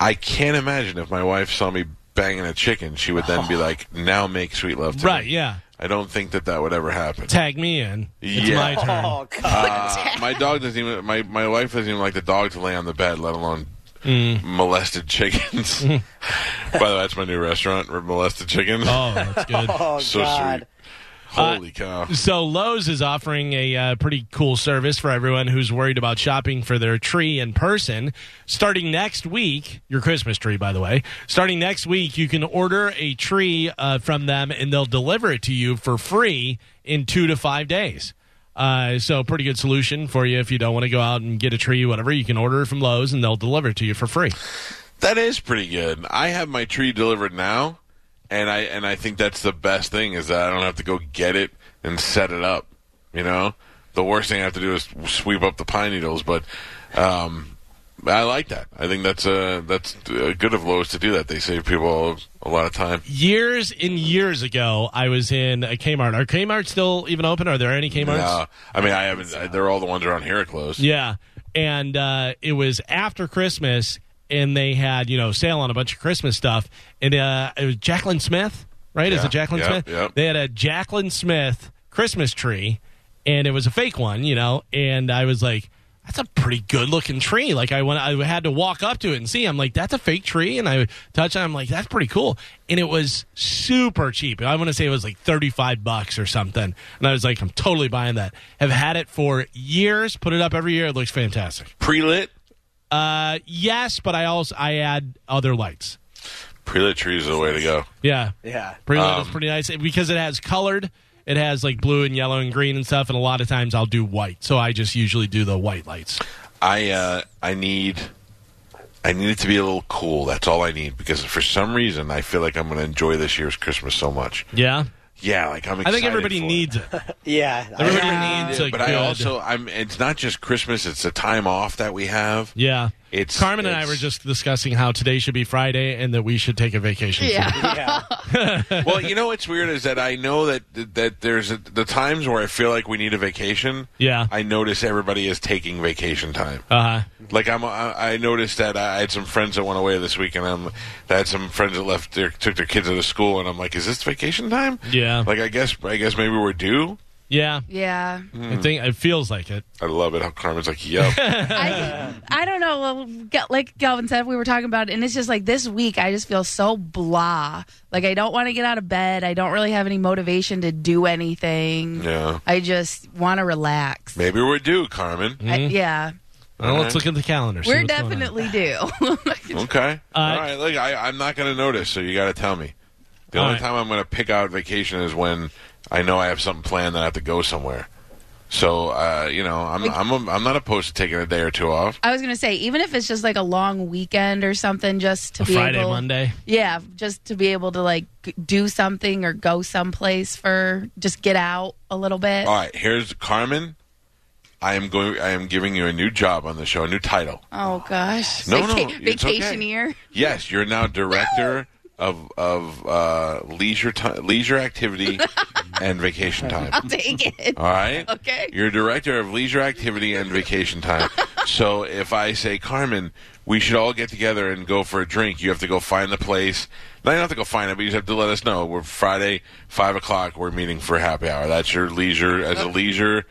[SPEAKER 1] I can't imagine if my wife saw me banging a chicken, she would then be like, "Now make sweet love to
[SPEAKER 2] Right?
[SPEAKER 1] me."
[SPEAKER 2] Yeah.
[SPEAKER 1] I don't think that that would ever happen.
[SPEAKER 2] Tag me in. It's
[SPEAKER 1] Yeah.
[SPEAKER 2] my turn.
[SPEAKER 7] Oh god.
[SPEAKER 1] Uh, my dog doesn't even. My my wife doesn't even like the dog to lay on the bed, let alone
[SPEAKER 2] Mm.
[SPEAKER 1] molested chickens. By the way, that's my new restaurant. we're Molested chickens.
[SPEAKER 2] Oh, uh, that's good.
[SPEAKER 7] Oh
[SPEAKER 1] so
[SPEAKER 7] god.
[SPEAKER 1] sweet. Holy cow!
[SPEAKER 2] So Lowe's is offering a uh, pretty cool service for everyone who's worried about shopping for their tree in person. Starting next week, your Christmas tree, by the way. Starting next week, you can order a tree uh, from them, and they'll deliver it to you for free in two to five days. Uh, so pretty good solution for you if you don't want to go out and get a tree, whatever. You can order it from Lowe's, and they'll deliver it to you for free.
[SPEAKER 1] That is pretty good. I have my tree delivered now, and I and I think that's the best thing is that I don't have to go get it and set it up. You know, the worst thing I have to do is sweep up the pine needles. But um, I like that. I think that's uh, that's uh, good of Lowe's to do that. They save people a lot of time.
[SPEAKER 2] Years and years ago, I was in a Kmart. Are Kmart still even open? Are there any Kmart's?
[SPEAKER 1] No, Uh, I mean I haven't. I, they're all the ones around here are closed.
[SPEAKER 2] Yeah. And uh, it was after Christmas, and they had, you know, sale on a bunch of Christmas stuff. And uh, it was Jacqueline Smith, right? Is
[SPEAKER 1] Yeah.
[SPEAKER 2] it Jacqueline
[SPEAKER 1] Yep,
[SPEAKER 2] Smith?
[SPEAKER 1] yep.
[SPEAKER 2] They had a Jacqueline Smith Christmas tree, and it was a fake one, you know. And I was like, that's a pretty good looking tree. Like, I went, I had to walk up to it and see. I'm like, that's a fake tree. And I touched it. I'm like, that's pretty cool. And it was super cheap. I want to say it was like 35 bucks or something. And I was like, I'm totally buying that. Have had it for years, put it up every year. It looks fantastic.
[SPEAKER 1] Pre lit.
[SPEAKER 2] Uh, yes, but I also, I add other lights.
[SPEAKER 1] Pre lit trees are the way to go.
[SPEAKER 2] Yeah.
[SPEAKER 7] Yeah.
[SPEAKER 2] Pretty light
[SPEAKER 6] Um,
[SPEAKER 2] is pretty nice because it has colored. It has like blue and yellow and green and stuff, and a lot of times I'll do white. So I just usually do the white lights.
[SPEAKER 1] I uh, I need I need it to be a little cool. That's all I need because for some reason I feel like I'm going to enjoy this year's Christmas so much.
[SPEAKER 2] Yeah,
[SPEAKER 1] Yeah, like I'm.
[SPEAKER 2] I
[SPEAKER 1] Excited
[SPEAKER 2] think everybody
[SPEAKER 1] for it.
[SPEAKER 2] needs it.
[SPEAKER 7] Yeah. I-
[SPEAKER 2] Everybody needs it.
[SPEAKER 1] But I also I'm. It's not just Christmas. It's the time off that we have.
[SPEAKER 2] yeah.
[SPEAKER 1] It's-
[SPEAKER 2] Carmen and I
[SPEAKER 1] it's-
[SPEAKER 2] were just discussing how today should be Friday and that we should take a vacation.
[SPEAKER 6] Yeah.
[SPEAKER 7] yeah.
[SPEAKER 1] well, you know what's weird is that I know that that there's a, the times where I feel like we need a vacation.
[SPEAKER 2] Yeah.
[SPEAKER 1] I notice everybody is taking vacation time.
[SPEAKER 2] Uh
[SPEAKER 6] Uh-huh.
[SPEAKER 2] huh.
[SPEAKER 1] Like I'm, I I noticed that I had some friends that went away this week, and I'm, I had some friends that left, their, took their kids out of school, and I'm like, is this vacation time?
[SPEAKER 2] Yeah.
[SPEAKER 1] Like I guess, I guess maybe we're due.
[SPEAKER 2] Yeah.
[SPEAKER 6] Yeah.
[SPEAKER 2] I
[SPEAKER 1] Mm.
[SPEAKER 2] think it feels like it.
[SPEAKER 1] I love it how Carmen's like, yep.
[SPEAKER 6] I, I don't know. Well, Gal- Like Galvin said, we were talking about it, and it's just like this week, I just feel so blah. Like, I don't want to get out of bed. I don't really have any motivation to do anything.
[SPEAKER 1] yeah.
[SPEAKER 6] I just want to relax.
[SPEAKER 1] Maybe we're due, Carmen.
[SPEAKER 6] I- yeah.
[SPEAKER 2] Well, Hmm? let's look at the calendar. see
[SPEAKER 6] We're
[SPEAKER 2] what's going on.
[SPEAKER 6] definitely due.
[SPEAKER 1] Okay.
[SPEAKER 2] Uh,
[SPEAKER 1] all right. Look, I, I'm not going to notice, so you got to tell me. The
[SPEAKER 2] All
[SPEAKER 1] only
[SPEAKER 2] right.
[SPEAKER 1] time I'm going to pick out vacation is when I know I have something planned that I have to go somewhere. So uh, you know, I'm I'm a, I'm not opposed to taking a day or two off.
[SPEAKER 6] I was going to say, even if it's just like a long weekend or something, just to
[SPEAKER 2] A
[SPEAKER 6] be
[SPEAKER 2] Friday,
[SPEAKER 6] able,
[SPEAKER 2] Monday.
[SPEAKER 6] Yeah, just to be able to like g- do something or go someplace for just get out a little bit.
[SPEAKER 1] All right, here's Carmen. I am going. I am giving you a new job on the show, a new title.
[SPEAKER 6] Oh gosh,
[SPEAKER 1] No, no,
[SPEAKER 6] Vaca-
[SPEAKER 1] it's okay.
[SPEAKER 6] vacationeer.
[SPEAKER 1] Yes, you're now director of of uh, leisure time, leisure activity, and vacation time.
[SPEAKER 6] I'll take it.
[SPEAKER 1] All right.
[SPEAKER 6] Okay.
[SPEAKER 1] You're director of leisure activity and vacation time. so if I say Carmen, we should all get together and go for a drink. You have to go find the place. No, you don't have to go find it, but you just have to let us know. We're Friday, five o'clock. We're meeting for happy hour. That's your leisure as a leisure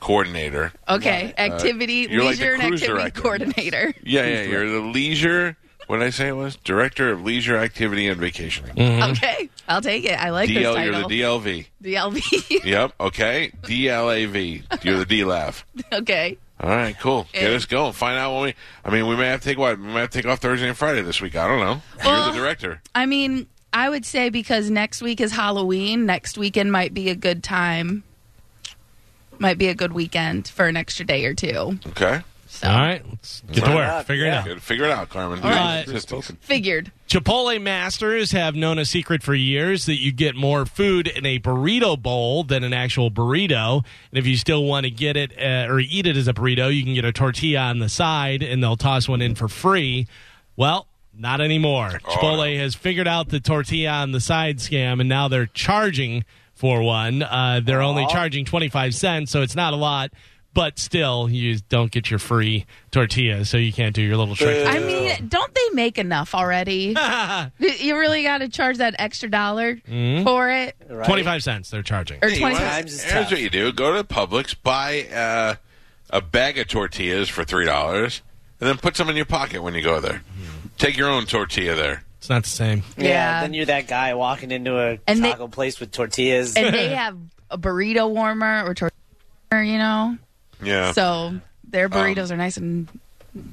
[SPEAKER 1] coordinator.
[SPEAKER 6] Okay, activity
[SPEAKER 1] uh, you're like the
[SPEAKER 6] leisure and
[SPEAKER 1] cruise
[SPEAKER 6] activity
[SPEAKER 1] director.
[SPEAKER 6] coordinator.
[SPEAKER 1] Yeah, yeah. You're the leisure. What did I say it was? Director of Leisure Activity and Vacationing.
[SPEAKER 6] Mm-hmm.
[SPEAKER 2] Mm-hmm.
[SPEAKER 6] Okay, I'll take it. I like this
[SPEAKER 1] DL, you're
[SPEAKER 6] title.
[SPEAKER 1] the DLV.
[SPEAKER 6] DLV.
[SPEAKER 1] Yep. Okay. DLAV. You're the DLAV.
[SPEAKER 6] okay,
[SPEAKER 1] All right, cool. Get us going. Find out when we. I mean, we may have to take what we may have to take off Thursday and Friday this week. I don't know. You're
[SPEAKER 6] Well-
[SPEAKER 1] the director.
[SPEAKER 6] I mean, I would say because next week is Halloween, next weekend might be a good time. Might be a good weekend for an extra day or two.
[SPEAKER 1] Okay.
[SPEAKER 2] All right, let's get to
[SPEAKER 1] Why
[SPEAKER 2] work.
[SPEAKER 1] not?
[SPEAKER 2] Figure it out.
[SPEAKER 1] Good. Figure it out, Carmen.
[SPEAKER 2] All right.
[SPEAKER 1] Consistency.
[SPEAKER 6] Figured.
[SPEAKER 2] Chipotle masters have known a secret for years that you get more food in a burrito bowl than an actual burrito. And if you still want to get it uh, or eat it as a burrito, you can get a tortilla on the side and they'll toss one in for free. Well, not anymore. Chipotle has figured out the tortilla on the side scam and now they're charging for one. Uh, they're only charging 25 cents, so it's not a lot. But still, you don't get your free tortilla, so you can't do your little trick.
[SPEAKER 6] I mean, don't they make enough already? Y- you really got to charge that extra dollar
[SPEAKER 1] Mm-hmm.
[SPEAKER 6] for it.
[SPEAKER 2] 25 cents they're charging.
[SPEAKER 6] Or
[SPEAKER 1] Hey,
[SPEAKER 6] 20
[SPEAKER 1] well,
[SPEAKER 6] times is
[SPEAKER 1] Here's what you do: go to Publix, buy uh, a bag of tortillas for three dollars, and then put some in your pocket when you go there. Take your own tortilla there.
[SPEAKER 2] It's not the same.
[SPEAKER 7] Yeah,
[SPEAKER 6] Yeah.
[SPEAKER 7] then you're that guy walking into a
[SPEAKER 6] And they-
[SPEAKER 7] taco place with tortillas.
[SPEAKER 6] And they have a burrito warmer or tortilla, you know?
[SPEAKER 1] Yeah.
[SPEAKER 6] So
[SPEAKER 1] Um,
[SPEAKER 6] their burritos are nice and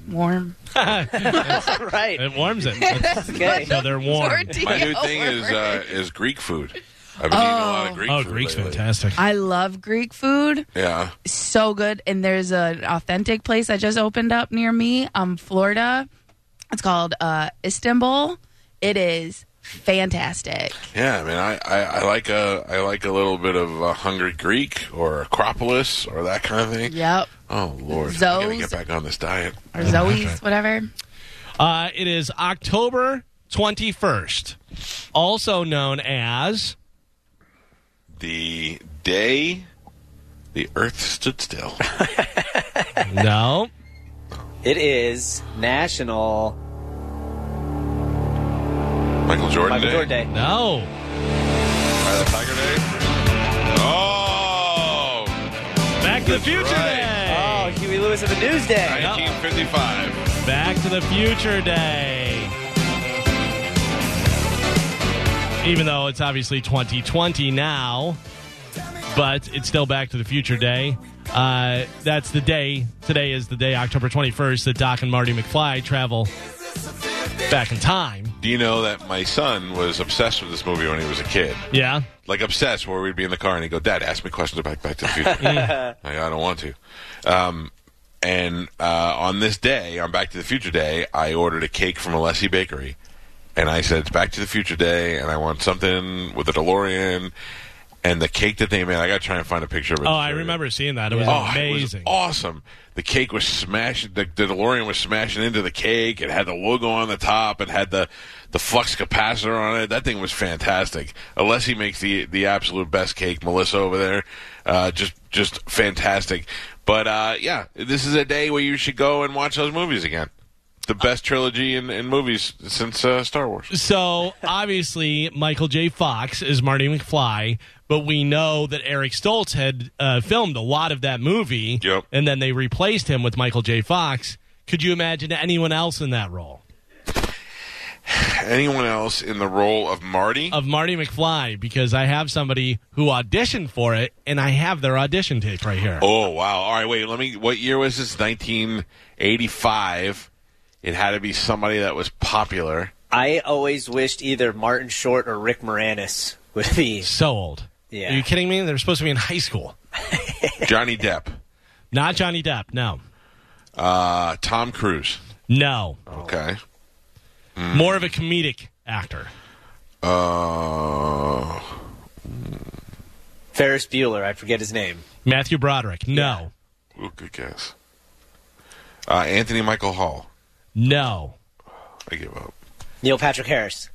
[SPEAKER 6] warm.
[SPEAKER 7] right.
[SPEAKER 2] It warms it. That's-
[SPEAKER 7] Okay.
[SPEAKER 2] so they're warm.
[SPEAKER 6] Tortilla
[SPEAKER 1] My new thing is
[SPEAKER 6] warmer.
[SPEAKER 1] uh, is Greek food. I've been eating a lot of Greek
[SPEAKER 2] Oh,
[SPEAKER 1] food.
[SPEAKER 2] Greek's
[SPEAKER 1] lately.
[SPEAKER 2] fantastic.
[SPEAKER 6] I love Greek food.
[SPEAKER 1] Yeah.
[SPEAKER 6] so good. And there's an authentic place that just opened up near me, um, Florida. It's called uh, Istanbul. It is fantastic.
[SPEAKER 1] Yeah, I mean, I, I, I like a I like a little bit of uh hungry Greek or Acropolis or that kind of thing.
[SPEAKER 6] Yep.
[SPEAKER 1] Oh Lord, I gotta get
[SPEAKER 6] Zoe's.
[SPEAKER 1] back on this diet.
[SPEAKER 6] Or Zoe's, whatever.
[SPEAKER 2] Uh, it is October 21st, also known as.
[SPEAKER 1] The day the Earth stood still.
[SPEAKER 2] No.
[SPEAKER 7] It is National
[SPEAKER 1] Michael Jordan
[SPEAKER 7] Michael
[SPEAKER 1] Day.
[SPEAKER 7] Jordan Day.
[SPEAKER 2] No.
[SPEAKER 1] Tyler Tiger Day. Oh,
[SPEAKER 2] Back to the Future
[SPEAKER 1] right.
[SPEAKER 2] Day.
[SPEAKER 7] Oh, Huey Lewis of the News Day.
[SPEAKER 1] 1955.
[SPEAKER 2] Back to the Future Day. Even though it's obviously 2020 now, but it's still Back to the Future Day. Uh, that's the day. Today is the day, October 21st, that Doc and Marty McFly travel back in time.
[SPEAKER 1] Do you know that my son was obsessed with this movie when he was a kid?
[SPEAKER 2] Yeah.
[SPEAKER 1] like obsessed where we'd be in the car and he'd go, Dad, ask me questions about Back to the Future.
[SPEAKER 2] Mm.
[SPEAKER 1] like, I don't want to. Um, and uh, on this day, on Back to the Future Day, I ordered a cake from Alessi Bakery. And I said, It's Back to the Future Day, and I want something with a DeLorean. And the cake that they made, I got to try and find a picture of it.
[SPEAKER 2] Oh, I remember seeing that. It was
[SPEAKER 1] Oh, it was
[SPEAKER 2] amazing.
[SPEAKER 1] awesome. The cake was smashing. The, the DeLorean was smashing into the cake. It had the logo on the top. It had the the flux capacitor on it. That thing was fantastic. Alessi makes the the absolute best cake. Melissa over there, uh, just just fantastic. But uh, yeah, this is a day where you should go and watch those movies again. The best trilogy in, in movies since uh, Star Wars.
[SPEAKER 2] So obviously, Michael J. Fox is Marty McFly, but we know that Eric Stoltz had uh, filmed a lot of that movie,
[SPEAKER 1] Yep.
[SPEAKER 2] and then they replaced him with Michael J. Fox. Could you imagine anyone else in that role
[SPEAKER 1] Anyone else in the role of Marty?
[SPEAKER 2] of Marty McFly? Because I have somebody who auditioned for it, and I have their audition tape right here.
[SPEAKER 1] Oh wow! All right, wait. Let me. What year was this? Nineteen eighty-five. It had to be somebody that was popular.
[SPEAKER 7] I always wished either Martin Short or Rick Moranis would be.
[SPEAKER 2] So old.
[SPEAKER 7] Yeah.
[SPEAKER 2] Are you kidding me? They're supposed to be in high school.
[SPEAKER 1] Johnny Depp,
[SPEAKER 2] Not Johnny Depp. No.
[SPEAKER 1] uh, Tom Cruise.
[SPEAKER 2] No.
[SPEAKER 1] Okay. Mm.
[SPEAKER 2] More of a comedic actor.
[SPEAKER 1] Uh,
[SPEAKER 7] Ferris Bueller, I forget his name.
[SPEAKER 2] Matthew Broderick. No.
[SPEAKER 1] ooh, good guess. Uh, Anthony Michael Hall.
[SPEAKER 2] No.
[SPEAKER 1] I give up.
[SPEAKER 7] Neil Patrick Harris.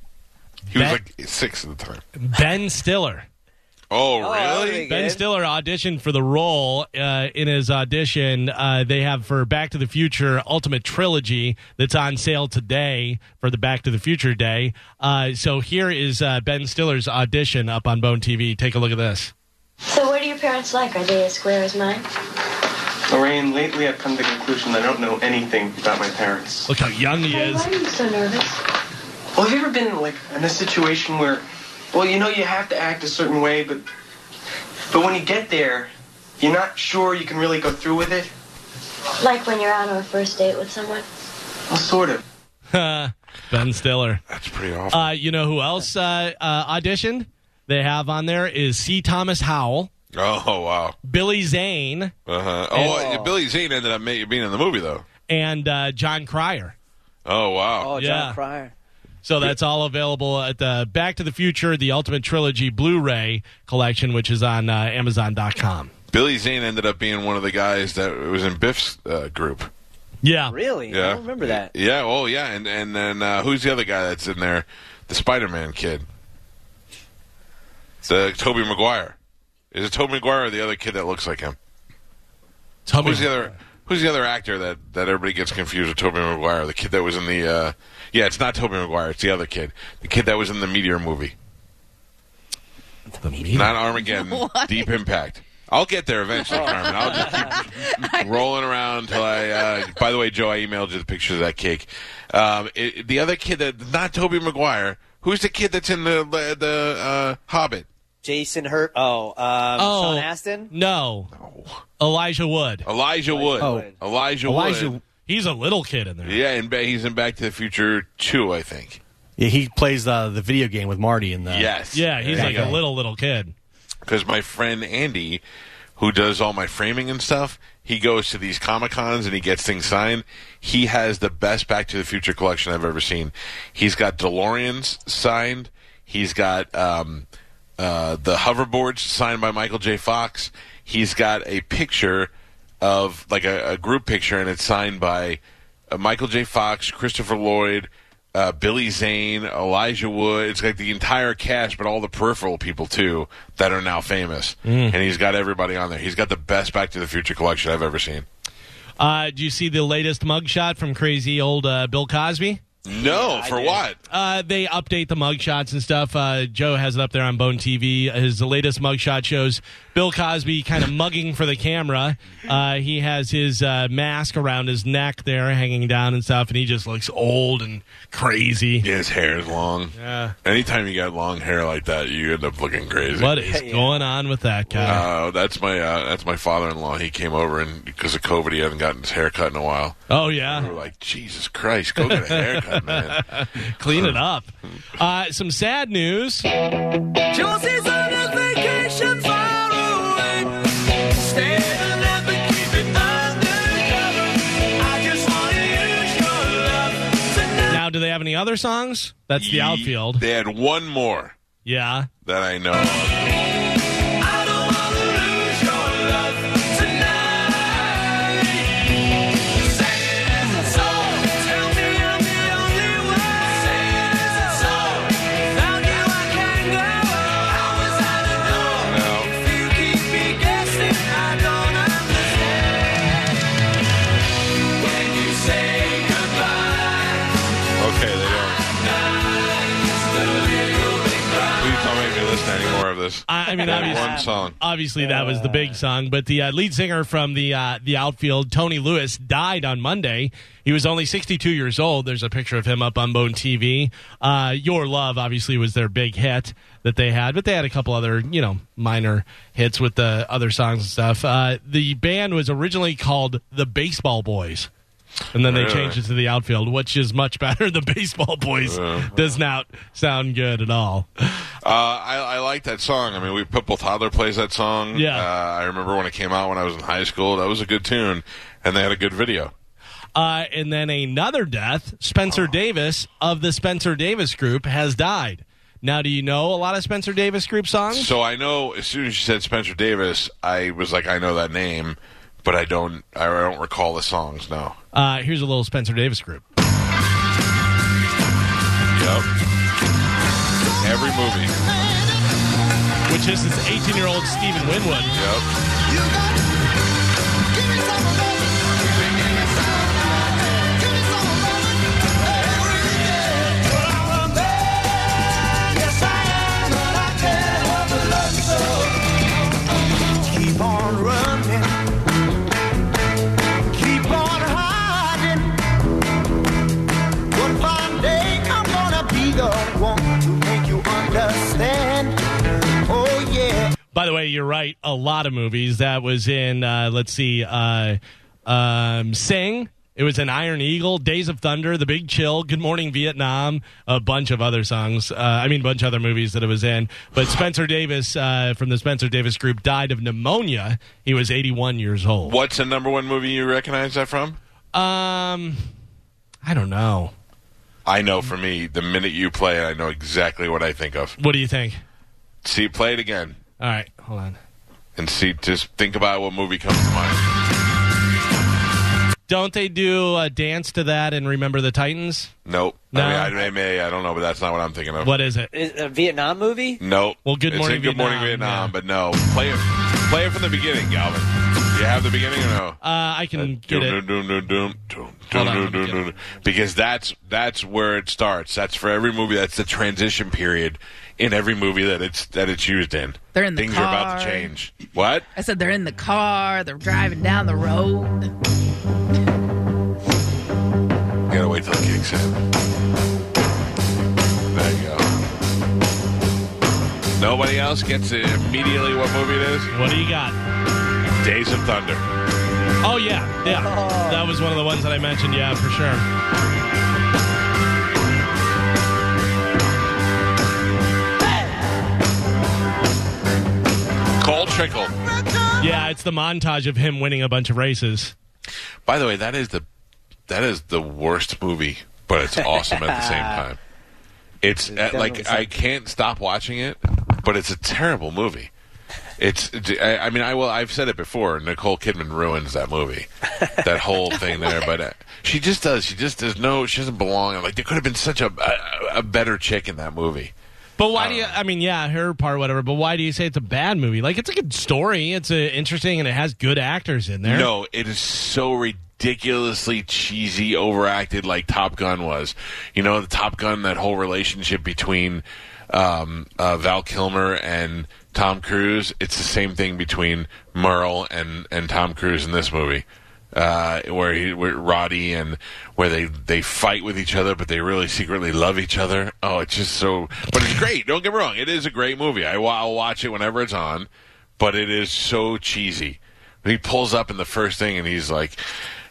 [SPEAKER 1] He was
[SPEAKER 2] That-
[SPEAKER 1] like six at the time.
[SPEAKER 2] Ben Stiller.
[SPEAKER 1] Oh,
[SPEAKER 7] that would've
[SPEAKER 1] really?
[SPEAKER 7] been
[SPEAKER 2] Ben
[SPEAKER 7] good.
[SPEAKER 2] Stiller auditioned for the role. Uh, in his audition, uh, they have for Back to the Future Ultimate Trilogy that's on sale today for the Back to the Future Day. Uh, so here is uh, Ben Stiller's audition up on Bone TV. Take a look at this.
[SPEAKER 10] So, what are your parents like? Are they as square as mine?
[SPEAKER 11] Lorraine, lately I've come to the conclusion I don't know anything about my parents.
[SPEAKER 2] Look how young he is.
[SPEAKER 10] Why are you so nervous?
[SPEAKER 11] Well, have you ever been like in a situation where, well, you know you have to act a certain way, but but when you get there, you're not sure you can really go through with it.
[SPEAKER 12] Like when you're out on a first date with someone.
[SPEAKER 11] Well, sort of.
[SPEAKER 2] ben Stiller.
[SPEAKER 1] That's pretty awful.
[SPEAKER 2] Uh, you know who else uh, uh, auditioned? They have on there is C. Thomas Howell,
[SPEAKER 1] Oh wow.
[SPEAKER 2] Billy Zane,
[SPEAKER 1] Uh huh. Oh,
[SPEAKER 2] And-
[SPEAKER 1] Billy Zane ended up ma- being in the movie though.
[SPEAKER 2] and uh, John Cryer.
[SPEAKER 1] Oh wow.
[SPEAKER 2] Oh, John Yeah. Cryer. So that's all available at the Back to the Future: The Ultimate Trilogy Blu-ray collection, which is on uh, Amazon.com.
[SPEAKER 1] Billy Zane ended up being one of the guys that was in Biff's uh, group.
[SPEAKER 2] Yeah.
[SPEAKER 7] Really?
[SPEAKER 1] Yeah.
[SPEAKER 7] I don't remember that.
[SPEAKER 1] Yeah. Oh yeah. And and then uh, who's the other guy that's in there? The Spider-Man kid. The Toby Maguire. Is it Toby Maguire or the other kid that looks like him?
[SPEAKER 2] Toby
[SPEAKER 1] Who's the other? Who's the other actor that, that everybody gets confused with Toby Maguire? The kid that was in the uh, yeah, it's not Toby Maguire. It's the other kid. The kid that was in the Meteor movie. Not Armageddon. Deep Impact. I'll get there eventually, Carmen. I'll just keep rolling around till I. Uh, by the way, Joe, I emailed you the picture of that cake. Um, it, the other kid that not Toby Maguire. Who's the kid that's in the the uh, Hobbit?
[SPEAKER 7] Jason Hurt. Oh, um,
[SPEAKER 2] Oh.
[SPEAKER 7] Sean Astin.
[SPEAKER 2] No. Elijah Wood.
[SPEAKER 1] Elijah Wood.
[SPEAKER 2] Wood.
[SPEAKER 1] Elijah, Wood.
[SPEAKER 2] He's a little kid in there.
[SPEAKER 1] Yeah, and ba- he's in Back to the Future too, I think.
[SPEAKER 3] Yeah, he plays uh, the video game with Marty in the.
[SPEAKER 1] Yes.
[SPEAKER 2] Yeah, he's
[SPEAKER 1] There
[SPEAKER 2] like
[SPEAKER 1] you
[SPEAKER 2] a
[SPEAKER 1] go.
[SPEAKER 2] little little kid.
[SPEAKER 1] because my friend Andy, who does all my framing and stuff, he goes to these comic cons and he gets things signed. He has the best Back to the Future collection I've ever seen. He's got DeLoreans signed. He's got um, uh, the hoverboards signed by Michael J. Fox. He's got a picture of like a, a group picture, and it's signed by uh, Michael J. Fox, Christopher Lloyd, uh, Billy Zane, Elijah Wood. It's like the entire cast, but all the peripheral people too that are now famous.
[SPEAKER 2] Mm.
[SPEAKER 1] And he's got everybody on there. He's got the best Back to the Future collection I've ever seen.
[SPEAKER 2] Uh, do you see the latest mugshot from crazy old uh, Bill Cosby?
[SPEAKER 1] No, for what?
[SPEAKER 2] Uh, they update the mugshots and stuff. Uh, Joe has it up there on Bone TV. His latest mugshot shows Bill Cosby kind of mugging for the camera. Uh, he has his uh, mask around his neck there, hanging down and stuff, and he just looks old and crazy.
[SPEAKER 1] Yeah, his hair is long.
[SPEAKER 2] Yeah.
[SPEAKER 1] Anytime you got long hair like that, you end up looking crazy.
[SPEAKER 2] What is going on with that guy?
[SPEAKER 1] Uh, that's my uh, that's my father-in-law. He came over and because of COVID, he hadn't gotten his hair cut in a while.
[SPEAKER 2] Oh yeah.
[SPEAKER 1] We were like, Jesus Christ, go get a haircut, man.
[SPEAKER 2] Clean it up. Uh, some sad news.
[SPEAKER 10] Josie's on a vacation far away. Staying up and keeping undercover. I just want to use your love.
[SPEAKER 2] Now, do they have any other songs? That's the outfield.
[SPEAKER 1] They had one more
[SPEAKER 2] Yeah.
[SPEAKER 1] that I know. of.
[SPEAKER 10] I don't want to lose your love tonight. Sing it as a song. Tell me I'm the only one. Sing it as a song. Without you, I can't go. How was I to know? If you keep me guessing, I don't understand. When you say goodbye,
[SPEAKER 1] Okay, they don't.
[SPEAKER 10] just a little bit cry.
[SPEAKER 1] Please don't make me listen to any more of this.
[SPEAKER 2] I, I mean,
[SPEAKER 1] They had
[SPEAKER 2] obviously,
[SPEAKER 1] one song.
[SPEAKER 2] obviously that was the big song, but the uh, lead singer from the uh, the outfield, Tony Lewis, died on Monday. He was only 62 years old. There's a picture of him up on Bone TV. Uh, Your Love, obviously, was their big hit that they had, but they had a couple other, you know, minor hits with the other songs and stuff. Uh, the band was originally called the Baseball Boys. And then they
[SPEAKER 1] Really?
[SPEAKER 2] changed it to the outfield, which is much better. The baseball boys does not sound good at all.
[SPEAKER 1] Uh, I, I like that song. I mean, we Pitbull Toddler plays that song.
[SPEAKER 2] Yeah.
[SPEAKER 1] Uh, I remember when it came out when I was in high school. That was a good tune, and they had a good video.
[SPEAKER 2] Uh, and then another death, Spencer Davis of the Spencer Davis Group has died. Now, do you know a lot of Spencer Davis Group songs?
[SPEAKER 1] So I know as soon as you said Spencer Davis, I was like, I know that name, but I don't. I don't recall the songs. No.
[SPEAKER 2] Uh, here's a little Spencer Davis Group.
[SPEAKER 1] Yep. Every movie.
[SPEAKER 2] Which is this 18 year old Stephen Winwood.
[SPEAKER 1] Yep.
[SPEAKER 10] Yes, I am, but I can't help but love you so. Keep on running, keep on hiding. But one day I'm gonna be the one to make you understand. Oh yeah.
[SPEAKER 2] By the way, you're right. A lot of movies. That was in, uh, let's see, uh, uh, um, Sing. It was an Iron Eagle, Days of Thunder, The Big Chill, Good Morning Vietnam, a bunch of other songs. Uh, I mean, a bunch of other movies that it was in. But Spencer Davis uh, from the Spencer Davis Group died of pneumonia. He was 81 years old.
[SPEAKER 1] What's the number one movie you recognize that from?
[SPEAKER 2] Um, I don't know.
[SPEAKER 1] I know for me, the minute you play it, I know exactly what I think of.
[SPEAKER 2] What do you think?
[SPEAKER 1] See, play it again.
[SPEAKER 2] All right, hold on.
[SPEAKER 1] And see, just think about what movie comes to mind.
[SPEAKER 2] Don't they do a dance to that and Remember the Titans?
[SPEAKER 1] Nope.
[SPEAKER 2] No.
[SPEAKER 1] I mean, I, I may, I don't know, but that's not what I'm thinking of.
[SPEAKER 2] What is it? Uh,
[SPEAKER 7] Is it a Vietnam movie?
[SPEAKER 1] Nope.
[SPEAKER 2] Well, Good
[SPEAKER 1] It's
[SPEAKER 2] Morning
[SPEAKER 1] in Good Morning Vietnam,
[SPEAKER 2] Vietnam,
[SPEAKER 1] but no. Play it. Play it from the beginning, Galvin. Do you have the beginning or no?
[SPEAKER 2] Uh, I can get it.
[SPEAKER 1] Doom, doom, doom, doom, doom, doom,
[SPEAKER 2] Hold on,
[SPEAKER 1] doom,
[SPEAKER 2] let me
[SPEAKER 1] doom,
[SPEAKER 2] get
[SPEAKER 1] doom, doom. Because that's that's where it starts. That's for every movie. That's the transition period in every movie that it's that it's used in.
[SPEAKER 6] They're in the
[SPEAKER 1] Things are about to
[SPEAKER 6] car.
[SPEAKER 1] change. What?
[SPEAKER 6] I said they're in the car, they're driving down the road.
[SPEAKER 1] Gotta wait till it kicks in. There you go. Nobody else gets it immediately what movie it is?
[SPEAKER 2] What do you got?
[SPEAKER 1] Days of Thunder.
[SPEAKER 2] Oh, yeah. Yeah. That was one of the ones that I mentioned. Yeah, for sure.
[SPEAKER 1] Cole Trickle.
[SPEAKER 2] Yeah, it's the montage of him winning a bunch of races.
[SPEAKER 1] By the way, that is the that is the worst movie, but it's awesome at the same time. It's uh,
[SPEAKER 7] definitely
[SPEAKER 1] like I can't stop watching it, but it's a terrible movie. It's I, I mean I will I've said it before. Nicole Kidman ruins that movie, that whole thing there. But uh, she just does. She just does no. She doesn't belong. I'm like there could have been such a a, a better chick in that movie.
[SPEAKER 2] But why do you? I mean, yeah, her part, whatever. But why do you say it's a bad movie? Like, it's a good story. It's uh interesting, and it has good actors in there.
[SPEAKER 1] No, it is so ridiculously cheesy, overacted, like Top Gun was. You know, the Top Gun, that whole relationship between um, uh, Val Kilmer and Tom Cruise. It's the same thing between Merle and and Tom Cruise in this movie. Uh, where, he, where Roddy and where they they fight with each other, but they really secretly love each other. Oh, it's just so. But it's great. Don't get me wrong. It is a great movie. I, wa- I'll watch it whenever it's on, but it is so cheesy. He pulls up in the first thing, and he's like,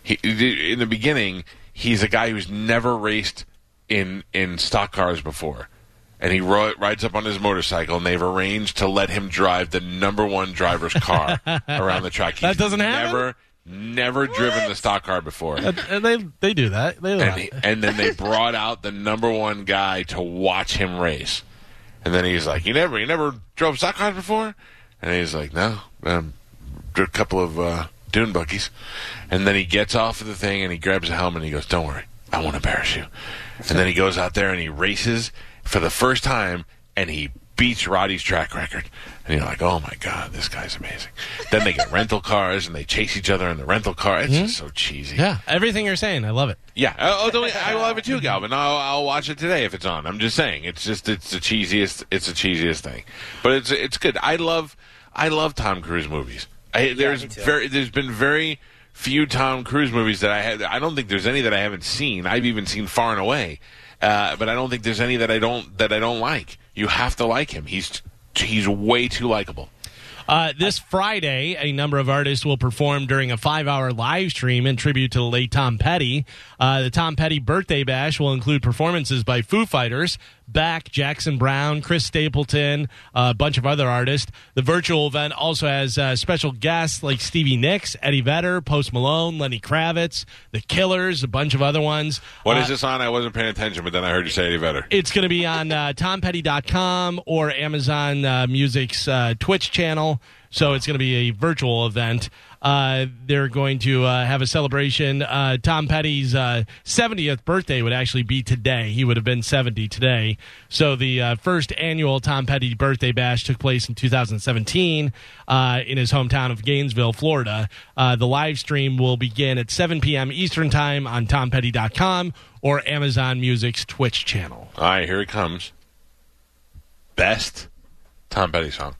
[SPEAKER 1] he, in the beginning, he's a guy who's never raced in in stock cars before, and he ro- rides up on his motorcycle, and they've arranged to let him drive the number one driver's car around the track.
[SPEAKER 2] That
[SPEAKER 1] He's
[SPEAKER 2] doesn't happen?
[SPEAKER 1] Never, never driven the stock car before,
[SPEAKER 2] Uh, and they they do that. They
[SPEAKER 1] and
[SPEAKER 2] do that.
[SPEAKER 1] he, and then they brought out the number one guy to watch him race, and then he's like, "You never, you never drove stock cars before," and he's like, "No, um, a couple of uh, dune buggies," and then he gets off of the thing and he grabs a helmet and he goes, "Don't worry, I won't embarrass you," and then he goes out there and he races for the first time and he beats Roddy's track record. And you're like, oh my God, this guy's amazing. Then they get rental cars and they chase each other in the rental car. It's just so cheesy.
[SPEAKER 2] yeah, everything you're saying, I love it.
[SPEAKER 1] Yeah. Oh, oh, I will have it too, Galvin. I'll, I'll watch it today if it's on. I'm just saying, it's just it's the cheesiest it's the cheesiest thing, but it's it's good. I love I love Tom Cruise movies. I, there's
[SPEAKER 7] me too.
[SPEAKER 1] very there's been very few Tom Cruise movies that I had. I don't think there's any that I haven't seen. I've even seen Far and Away, uh, but I don't think there's any that I don't that I don't like. You have to like him. He's he's way too likable.
[SPEAKER 2] Uh, this Friday, a number of artists will perform during a five-hour live stream in tribute to the late Tom Petty. Uh, the Tom Petty Birthday Bash will include performances by Foo Fighters, Back, Jackson Brown, Chris Stapleton, a bunch of other artists. The virtual event also has uh, special guests like Stevie Nicks, Eddie Vedder, Post Malone, Lenny Kravitz, The Killers, a bunch of other ones.
[SPEAKER 1] What is
[SPEAKER 2] Uh,
[SPEAKER 1] this on? I wasn't paying attention, but then I heard you say Eddie Vedder.
[SPEAKER 2] it's going to be on uh, tompetty.com or Amazon uh, Music's uh, Twitch channel. So it's going to be a virtual event. Uh, they're going to uh, have a celebration. Uh, Tom Petty's uh, 70th birthday would actually be today. He would have been 70 today. So the uh, first annual Tom Petty birthday bash took place in 2017 uh, in his hometown of Gainesville, Florida. Uh, the live stream will begin at 7 p.m. Eastern Time on tompetty.com or Amazon Music's Twitch channel.
[SPEAKER 1] All right, here it comes. Best Tom Petty song.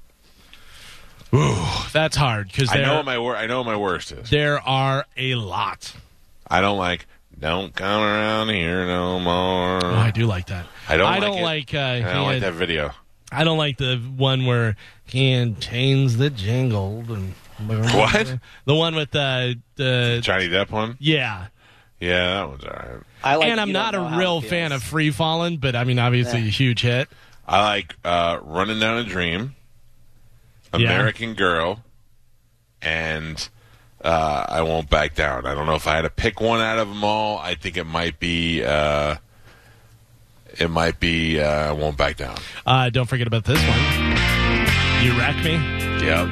[SPEAKER 2] That's hard because
[SPEAKER 1] I know
[SPEAKER 2] there,
[SPEAKER 1] what my wor- I know what my worst is.
[SPEAKER 2] there are a lot.
[SPEAKER 1] I don't like. Don't come around here no more.
[SPEAKER 2] Oh, I do like that.
[SPEAKER 1] Uh, I don't.
[SPEAKER 2] I
[SPEAKER 1] like
[SPEAKER 2] don't
[SPEAKER 1] it.
[SPEAKER 2] like. Uh,
[SPEAKER 1] I don't like that video.
[SPEAKER 2] I don't like the one where he chains the jingled and
[SPEAKER 1] What?
[SPEAKER 2] The one with uh, the
[SPEAKER 1] Johnny Depp one?
[SPEAKER 2] yeah.
[SPEAKER 1] Yeah, that one's all right.
[SPEAKER 2] and I'm not a real fan of Free Falling, but I mean, obviously, a huge hit.
[SPEAKER 1] I like uh, Running Down a Dream,
[SPEAKER 2] Yeah.
[SPEAKER 1] American Girl, and uh, I Won't Back Down. I don't know if I had to pick one out of them all. I think it might be. Uh, it might be uh, I Won't Back Down.
[SPEAKER 2] Uh, don't forget about this one. You wreck me.
[SPEAKER 1] Yep.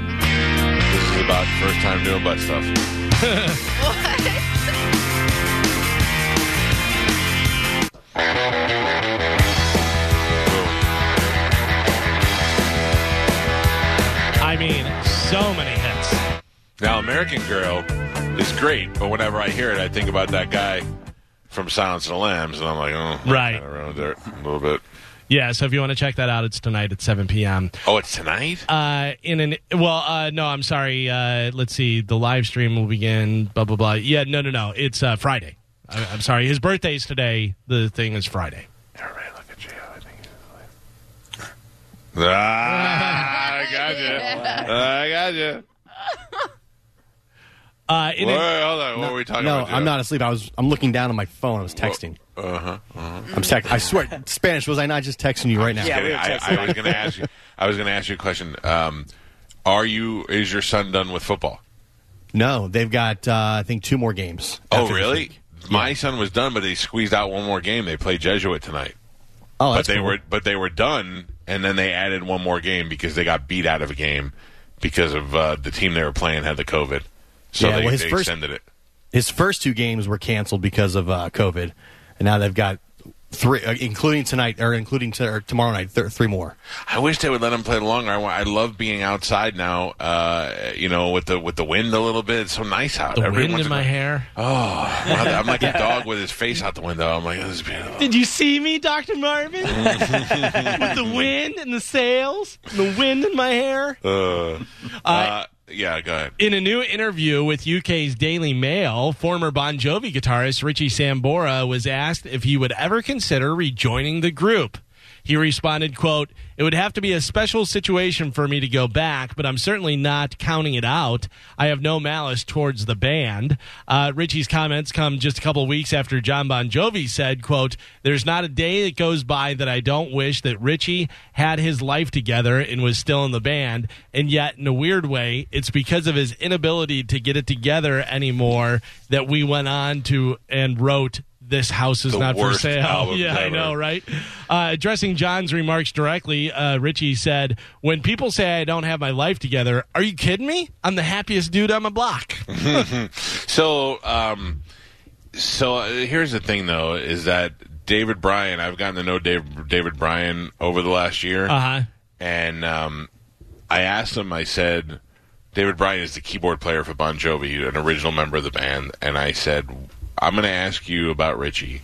[SPEAKER 1] This is about first time doing butt stuff.
[SPEAKER 2] I mean, so many hits.
[SPEAKER 1] Now, American Girl is great, but whenever I hear it, I think about that guy from Silence of the Lambs, and I'm like, oh,
[SPEAKER 2] Right.
[SPEAKER 1] I ruined it a little bit.
[SPEAKER 2] Yeah, so if you want to check that out, it's tonight at 7 p.m.
[SPEAKER 1] Oh, it's tonight.
[SPEAKER 2] Uh, in an well, uh, no, I'm sorry. Uh, let's see. The live stream will begin. Blah blah blah. Yeah, no, no, no. It's uh, Friday. I, I'm sorry. His birthday is today. The thing is Friday.
[SPEAKER 1] Ah, I got you. I got you.
[SPEAKER 2] Uh,
[SPEAKER 1] Wait, hold on. What were we talking
[SPEAKER 3] no,
[SPEAKER 1] about?
[SPEAKER 3] I'm not asleep. I was. I'm looking down at my phone. I was texting.
[SPEAKER 1] Uh huh. Uh-huh.
[SPEAKER 3] I'm text. I swear, Spanish. Was I not just texting you right now?
[SPEAKER 1] Just kidding. I, I was going to ask you. I was going to ask you a question. Um, are you? Is your son done with football?
[SPEAKER 3] No, they've got. Uh, I think two more games.
[SPEAKER 1] Oh,
[SPEAKER 3] after this
[SPEAKER 1] really?
[SPEAKER 3] week.
[SPEAKER 1] My son was done, but they squeezed out one more game. They played Jesuit tonight.
[SPEAKER 3] Oh,
[SPEAKER 1] but
[SPEAKER 3] that's
[SPEAKER 1] they
[SPEAKER 3] cool.
[SPEAKER 1] were but they were done, and then they added one more game because they got beat out of a game because of uh, the team they were playing had the COVID. So
[SPEAKER 3] Yeah,
[SPEAKER 1] they,
[SPEAKER 3] well, his
[SPEAKER 1] they
[SPEAKER 3] first-
[SPEAKER 1] extended it.
[SPEAKER 3] His first two games were canceled because of uh, COVID, and now they've got three, uh, including tonight or including t- or tomorrow night, th- three more.
[SPEAKER 1] I wish they would let him play longer. I, wa- I love being outside now. Uh, you know, with the with the wind a little bit, it's so nice out.
[SPEAKER 2] The
[SPEAKER 1] Every
[SPEAKER 2] wind
[SPEAKER 1] once
[SPEAKER 2] in
[SPEAKER 1] a-
[SPEAKER 2] my hair.
[SPEAKER 1] Oh, wow, I'm like a dog with his face out the window. I'm like, this is beautiful. Uh,
[SPEAKER 2] Did you see me, Doctor Marvin, with the wind and the sails, and the wind in my hair?
[SPEAKER 1] Uh,
[SPEAKER 2] Uh,
[SPEAKER 1] uh, yeah, go ahead.
[SPEAKER 2] In a new interview with UK's Daily Mail, former Bon Jovi guitarist Richie Sambora was asked if he would ever consider rejoining the group. He responded, quote, It would have to be a special situation for me to go back, but I'm certainly not counting it out. I have no malice towards the band. Uh, Richie's comments come just a couple weeks after John Bon Jovi said, quote, There's not a day that goes by that I don't wish that Richie had his life together and was still in the band. And yet, in a weird way, it's because of his inability to get it together anymore that we went on to and wrote This House Is
[SPEAKER 1] The
[SPEAKER 2] Not For
[SPEAKER 1] worst
[SPEAKER 2] Sale.
[SPEAKER 1] albums
[SPEAKER 2] Yeah, I
[SPEAKER 1] ever.
[SPEAKER 2] know, right? Uh, addressing John's remarks directly, uh, Richie said, When people say I don't have my life together, are you kidding me? I'm the happiest dude on my block.
[SPEAKER 1] So, um, so uh, here's the thing, though, is that David Bryan. I've gotten to know Dave, David Bryan over the last year,
[SPEAKER 2] Uh huh.
[SPEAKER 1] and um, I asked him. I said, David Bryan is the keyboard player for Bon Jovi, an original member of the band, and I said, I'm going to ask you about Richie.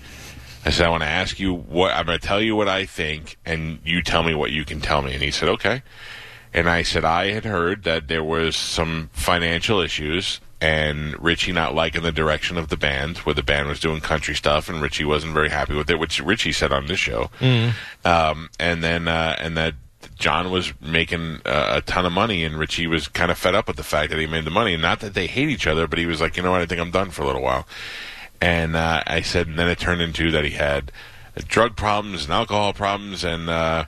[SPEAKER 1] I said, I want to ask you what I'm going to tell you what I think, and you tell me what you can tell me. And he said, okay. And I said, I had heard that there was some financial issues and Richie not liking the direction of the band, where the band was doing country stuff, and Richie wasn't very happy with it, which Richie said on this show. Um, and then, uh, and that John was making uh, a ton of money, and Richie was kind of fed up with the fact that he made the money. Not that they hate each other, but he was like, you know what, I think I'm done for a little while. And uh, I said, and then it turned into that he had drug problems and alcohol problems, and uh,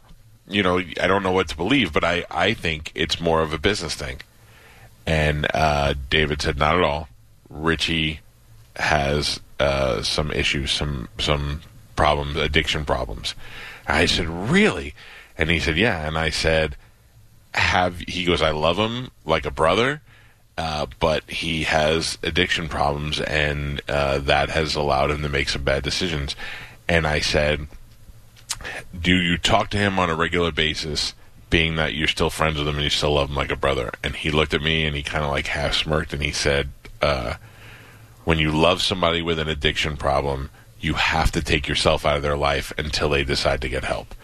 [SPEAKER 1] you know, I don't know what to believe, but I I think it's more of a business thing. And uh, David said, not at all. Richie has uh, some issues, some some problems, addiction problems. I said, really? And he said, yeah. And I said, have he goes, I love him like a brother, uh, but he has addiction problems, and uh, that has allowed him to make some bad decisions. And I said, do you talk to him on a regular basis? Being that you're still friends with him and you still love him like a brother, and he looked at me and he kind of like half smirked and he said, uh, when you love somebody with an addiction problem, you have to take yourself out of their life until they decide to get help.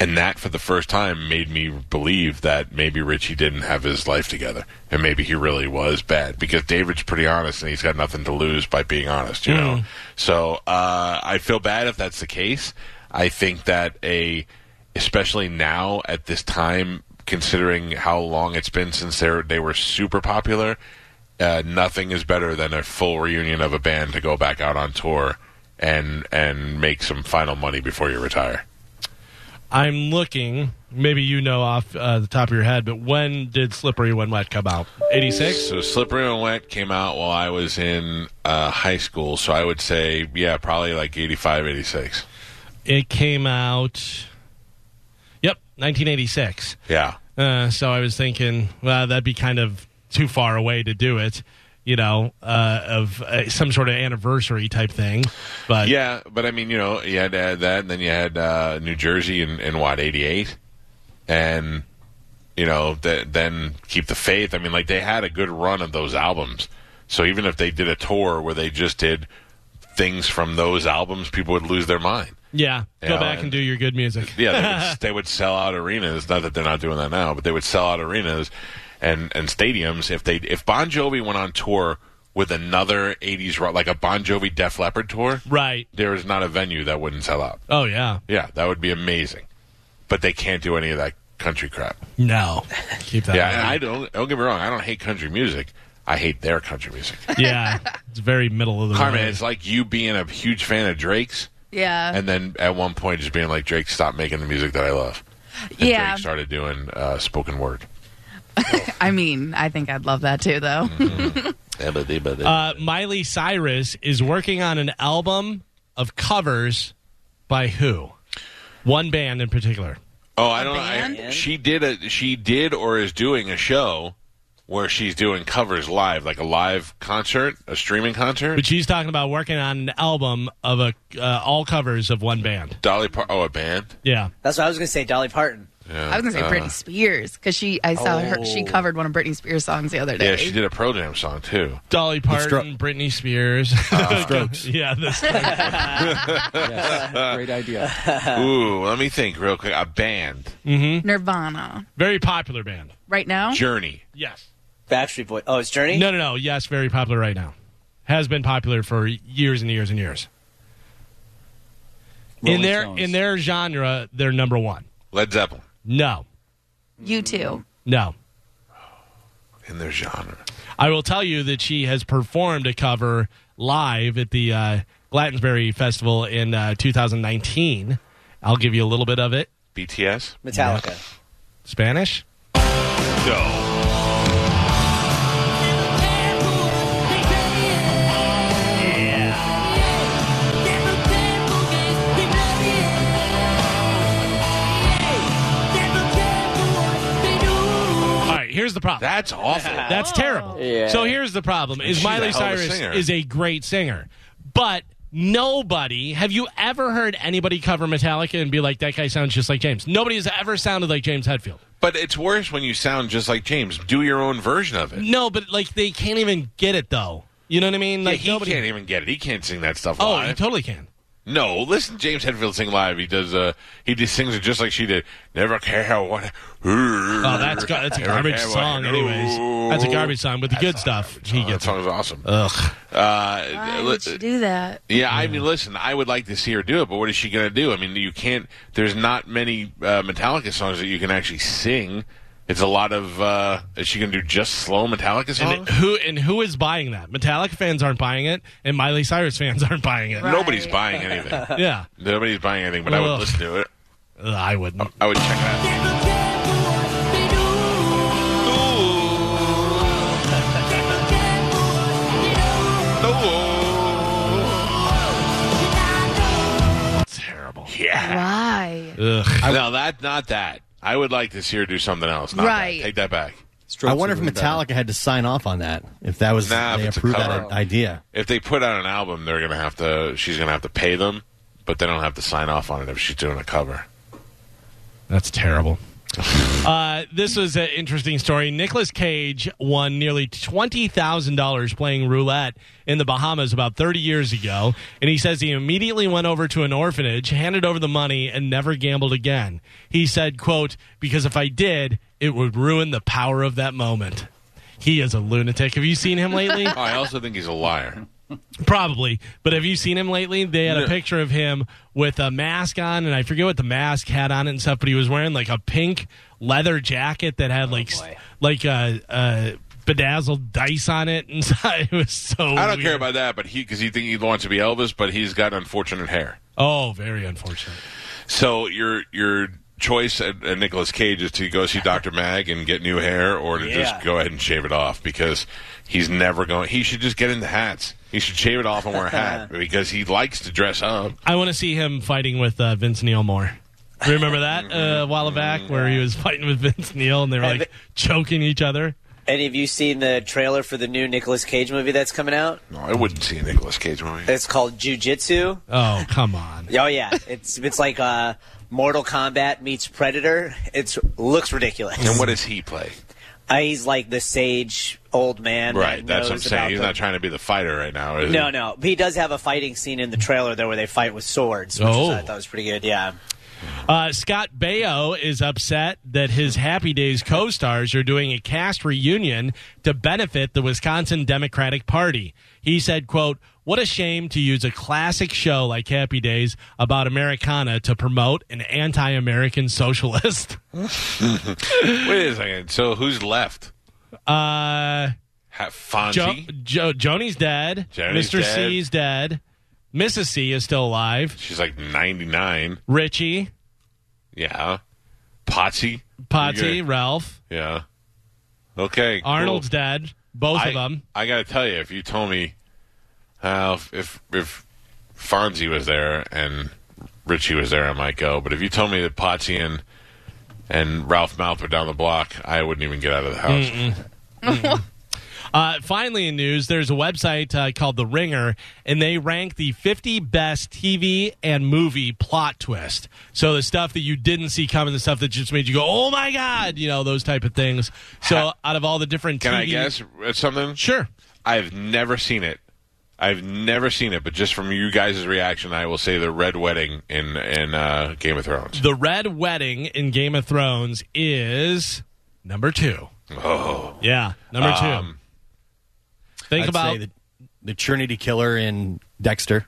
[SPEAKER 1] And that, for the first time, made me believe that maybe Richie didn't have his life together, and maybe he really was bad. Because David's pretty honest, and he's got nothing to lose by being honest, you know. So uh, I feel bad if that's the case. I think that a, especially now at this time, considering how long it's been since they were, they were super popular, uh, nothing is better than a full reunion of a band to go back out on tour and and make some final money before you retire.
[SPEAKER 2] I'm looking. Maybe you know off uh, the top of your head, but when did Slippery When Wet come out? 86?
[SPEAKER 1] So Slippery When Wet came out while I was in uh, high school, so I would say, yeah, probably like 85, 86.
[SPEAKER 2] It came out. Yep, 1986.
[SPEAKER 1] Yeah.
[SPEAKER 2] Uh, so I was thinking, well, that'd be kind of too far away to do it, you know, uh, of uh, some sort of anniversary type thing. But
[SPEAKER 1] yeah, but I mean, you know, you had to add that, and then you had uh, New Jersey in, in what eighty eight, and you know, th- then keep the faith. I mean, like they had a good run of those albums. So even if they did a tour where they just did things from those albums, people would lose their mind.
[SPEAKER 2] yeah, go
[SPEAKER 1] Yeah,
[SPEAKER 2] back and,
[SPEAKER 1] and-
[SPEAKER 2] do your good music.
[SPEAKER 1] Yeah, they would, they would sell out arenas. Not that they're not doing that now, but they would sell out arenas and and stadiums if they if Bon Jovi went on tour with another '80s rock, like a Bon Jovi Def Leppard tour.
[SPEAKER 2] right.
[SPEAKER 1] There is not a venue that wouldn't sell out.
[SPEAKER 2] Oh yeah.
[SPEAKER 1] Yeah, that would be amazing. But they can't do any of that country crap.
[SPEAKER 2] No. Keep that.
[SPEAKER 1] yeah, and I don't. Don't get me wrong. I don't hate country music. I hate their country music.
[SPEAKER 2] yeah. It's very middle of the
[SPEAKER 1] Carmen,
[SPEAKER 2] road.
[SPEAKER 1] it's like you being a huge fan of Drake's,
[SPEAKER 6] Yeah.
[SPEAKER 1] and then at one point just being like, Drake, stop making the music that I love. And
[SPEAKER 6] Yeah.
[SPEAKER 1] Drake started doing uh, spoken word.
[SPEAKER 6] I mean, I think I'd love that too, though.
[SPEAKER 2] Uh, Miley Cyrus is working on an album of covers by who? One band in particular.
[SPEAKER 1] Oh, I don't. I, she did a. She did or is doing a show where she's doing covers live, like a live concert, a streaming concert.
[SPEAKER 2] But she's talking about working on an album of a uh, all covers of one band.
[SPEAKER 1] Dolly Parton. Oh, a band.
[SPEAKER 2] Yeah.
[SPEAKER 7] That's what I was going to say, Dolly Parton.
[SPEAKER 1] Yeah,
[SPEAKER 6] I was gonna say
[SPEAKER 1] uh, oh.
[SPEAKER 6] Britney Spears because she I saw her she covered one of Britney Spears songs the other day.
[SPEAKER 1] Yeah, she did a pro jam song too.
[SPEAKER 2] Dolly Parton, Britney Spears.
[SPEAKER 1] Strokes.
[SPEAKER 2] yeah, the
[SPEAKER 1] Great idea.
[SPEAKER 2] Uh.
[SPEAKER 1] Ooh, let me think real quick. A band.
[SPEAKER 6] Nirvana
[SPEAKER 2] Very popular band.
[SPEAKER 6] right now.
[SPEAKER 1] Journey.
[SPEAKER 2] Yes.
[SPEAKER 7] Backstreet Boy. Oh, it's Journey?
[SPEAKER 2] No, no, no. Yes, very popular right now. Has been popular for years and years and years. in
[SPEAKER 1] Rolling
[SPEAKER 2] their
[SPEAKER 1] Stones.
[SPEAKER 2] in their genre, they're number one.
[SPEAKER 1] Led Zeppelin.
[SPEAKER 2] No,
[SPEAKER 6] You too.
[SPEAKER 2] no.
[SPEAKER 1] In their genre.
[SPEAKER 2] I will tell you that she has performed a cover live at the uh, Glastonbury Festival in uh, 2019. I'll give you a little bit of it.
[SPEAKER 1] BTS.
[SPEAKER 7] Metallica.
[SPEAKER 2] Spanish.
[SPEAKER 1] No.
[SPEAKER 2] All right, here's the problem.
[SPEAKER 1] That's awful.
[SPEAKER 2] That's terrible.
[SPEAKER 10] Yeah.
[SPEAKER 2] So here's the problem: is
[SPEAKER 1] She's a hell
[SPEAKER 2] Miley
[SPEAKER 1] of a
[SPEAKER 2] Cyrus
[SPEAKER 1] singer.
[SPEAKER 2] is a great singer, but nobody. Have you ever heard anybody cover Metallica and be like, "That guy sounds just like James"? Nobody has ever sounded like James Hetfield.
[SPEAKER 1] But it's worse when you sound just like James. Do your own version of it.
[SPEAKER 2] No, but like they can't even get it though. You know what I mean?
[SPEAKER 1] Yeah,
[SPEAKER 2] Like
[SPEAKER 1] he
[SPEAKER 2] nobody.
[SPEAKER 1] can't even get it. He can't sing that stuff
[SPEAKER 2] oh,
[SPEAKER 1] live.
[SPEAKER 2] you totally can.
[SPEAKER 1] no, listen, to James Hetfield sing live. He does. Uh, he just sings it just like she did. Never care how what. Oh,
[SPEAKER 2] Oh, that's gar- that's a garbage song, anyways. That's a garbage song, but the good stuff he
[SPEAKER 1] That
[SPEAKER 2] gets.
[SPEAKER 1] song is awesome.
[SPEAKER 2] Ugh.
[SPEAKER 1] Uh,
[SPEAKER 6] Why
[SPEAKER 1] li-
[SPEAKER 6] would you do that?
[SPEAKER 1] Yeah, I mean, listen, I would like to see her do it, but what is she going to do? I mean, you can't. There's not many uh, Metallica songs that you can actually sing. It's a lot of. Uh, is she going to do just slow Metallica
[SPEAKER 2] And
[SPEAKER 1] songs?
[SPEAKER 2] who and who is buying that? Metallica fans aren't buying it, and Miley Cyrus fans aren't buying it.
[SPEAKER 1] Nobody's buying anything.
[SPEAKER 2] Yeah,
[SPEAKER 1] Nobody's buying anything, but I
[SPEAKER 2] Ugh.
[SPEAKER 1] would listen to it.
[SPEAKER 2] Ugh, I wouldn't.
[SPEAKER 1] I would check it out.
[SPEAKER 2] Terrible.
[SPEAKER 1] Yeah.
[SPEAKER 6] Why?
[SPEAKER 2] Ugh.
[SPEAKER 1] No, that not that. I would like to see her do something else. Not that.
[SPEAKER 6] Right.
[SPEAKER 1] Take that back.
[SPEAKER 3] I wonder if Metallica had to sign off on that. If that was
[SPEAKER 1] Nah, if
[SPEAKER 3] they
[SPEAKER 1] it's a
[SPEAKER 3] approved that
[SPEAKER 1] cover.
[SPEAKER 3] idea.
[SPEAKER 1] If they put out an album, they're gonna have to. She's gonna have to pay them, but they don't have to sign off on it if she's doing a cover.
[SPEAKER 2] That's terrible. uh, this was an interesting story. Nicolas Cage won nearly $20,000 playing roulette in the Bahamas about 30 years ago. And he says he immediately went over to an orphanage, handed over the money, and never gambled again. He said, quote, because if I did, it would ruin the power of that moment. He is a lunatic. Have you seen him lately?
[SPEAKER 1] Oh, I also think he's a liar.
[SPEAKER 2] Probably. But have you seen him lately? They had a
[SPEAKER 1] No.
[SPEAKER 2] picture of him with a mask on, and I forget what the mask had on it and stuff, but he was wearing like a pink leather jacket that had like s- like a uh, uh, bedazzled dice on it, and it was so.
[SPEAKER 1] I don't
[SPEAKER 2] weird.
[SPEAKER 1] care about that, but he because he think he wants to be Elvis, but he's got unfortunate hair.
[SPEAKER 2] Oh, very unfortunate.
[SPEAKER 1] So your your choice at, at Nicolas Cage is to go see Doctor Mag and get new hair, or to
[SPEAKER 7] Yeah.
[SPEAKER 1] just go ahead and shave it off because he's never going. He should just get into hats. He should shave it off and wear a hat because he likes to dress up.
[SPEAKER 2] I want to see him fighting with uh, Vince Neil more. Remember that uh, a while back where he was fighting with Vince Neil and they were like choking each other?
[SPEAKER 7] Any of you seen the trailer for the new Nicolas Cage movie that's coming out?
[SPEAKER 1] No, I wouldn't see a Nicolas Cage movie.
[SPEAKER 7] It's called Jujitsu.
[SPEAKER 2] Oh, come on.
[SPEAKER 7] Oh yeah, it's it's like uh, Mortal Kombat meets Predator. It's looks ridiculous.
[SPEAKER 1] And what does he play?
[SPEAKER 7] Uh, he's like the sage old man.
[SPEAKER 1] right,
[SPEAKER 7] that
[SPEAKER 1] that's what I'm
[SPEAKER 7] knows
[SPEAKER 1] saying.
[SPEAKER 7] about
[SPEAKER 1] He's
[SPEAKER 7] the-
[SPEAKER 1] not trying to be the fighter right now. Is
[SPEAKER 7] No,
[SPEAKER 1] he?
[SPEAKER 7] no. He does have a fighting scene in the trailer though, where they fight with swords. Which
[SPEAKER 2] Oh.
[SPEAKER 7] is, I thought was pretty good. Yeah.
[SPEAKER 2] Uh, Scott Baio is upset that his Happy Days co stars are doing a cast reunion to benefit the Wisconsin Democratic Party. He said, quote, what a shame to use a classic show like Happy Days about Americana to promote an anti American socialist.
[SPEAKER 1] Wait a second. So who's left?
[SPEAKER 2] Uh,
[SPEAKER 1] Ha- Fonzie.
[SPEAKER 2] Jo- jo- Joni's dead.
[SPEAKER 1] Joni's
[SPEAKER 2] Mr.
[SPEAKER 1] dead.
[SPEAKER 2] C's dead. Mrs. C is still alive.
[SPEAKER 1] She's like 99.
[SPEAKER 2] Richie,
[SPEAKER 1] Yeah. Potsy.
[SPEAKER 2] Potsy,
[SPEAKER 1] You're good.
[SPEAKER 2] Ralph,
[SPEAKER 1] Yeah. Okay. cool.
[SPEAKER 2] Arnold's dead. Both
[SPEAKER 1] I,
[SPEAKER 2] of them.
[SPEAKER 1] I got to tell you, if you told me uh, if, if if Fonzie was there and Richie was there, I might go. But if you told me that Potsy and and Ralph Mouth were down the block, I wouldn't even get out of the house.
[SPEAKER 2] Uh, finally, in news, there's a website uh, called The Ringer, and they rank the 50 best TV and movie plot twist. So the stuff that you didn't see coming, the stuff that just made you go, "Oh my god!" You know those type of things. So out of all the different,
[SPEAKER 1] Can I
[SPEAKER 2] TV
[SPEAKER 1] guess at something?
[SPEAKER 2] Sure.
[SPEAKER 1] I've never seen it. I've never seen it, but just from you guys' reaction, I will say the red wedding in in uh, Game of Thrones.
[SPEAKER 2] The Red Wedding in Game of Thrones is number two.
[SPEAKER 1] Oh,
[SPEAKER 2] Yeah, number
[SPEAKER 1] Um,
[SPEAKER 2] two. Think
[SPEAKER 3] I'd
[SPEAKER 2] about
[SPEAKER 3] say the, the Trinity Killer in Dexter.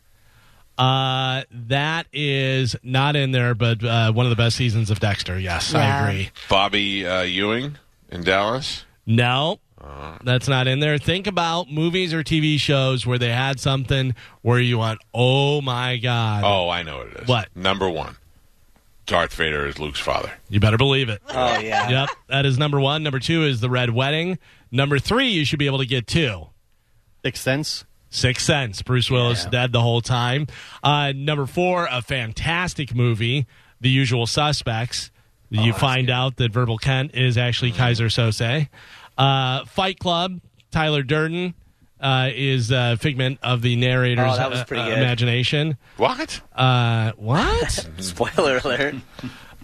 [SPEAKER 2] uh, that is not in there, but uh, one of the best seasons of Dexter. Yes,
[SPEAKER 1] Yeah.
[SPEAKER 2] I agree.
[SPEAKER 1] Bobby uh, Ewing in Dallas.
[SPEAKER 2] No, that's not in there. Think about movies or TV shows where they had something where you went, "Oh my god!"
[SPEAKER 1] Oh, I know what it is.
[SPEAKER 2] What?
[SPEAKER 1] Number one. Darth Vader is Luke's father.
[SPEAKER 2] You better believe it.
[SPEAKER 7] Oh yeah.
[SPEAKER 2] yep, that is number one. Number two is the Red Wedding. Number three, you should be able to get two.
[SPEAKER 3] Sixth Sense.
[SPEAKER 2] Sixth Sense. Bruce Willis dead the whole time. Uh, number four, a fantastic movie, The Usual Suspects.
[SPEAKER 7] Oh,
[SPEAKER 2] You find out that Verbal Kent is actually
[SPEAKER 7] Mm-hmm.
[SPEAKER 2] Kaiser Sose. Uh, Fight Club. Tyler Durden uh, is a figment of the narrator's
[SPEAKER 7] Oh, that was pretty
[SPEAKER 2] uh, uh,
[SPEAKER 7] good.
[SPEAKER 2] imagination.
[SPEAKER 1] What?
[SPEAKER 2] Uh, what?
[SPEAKER 1] Mm-hmm.
[SPEAKER 7] Spoiler alert.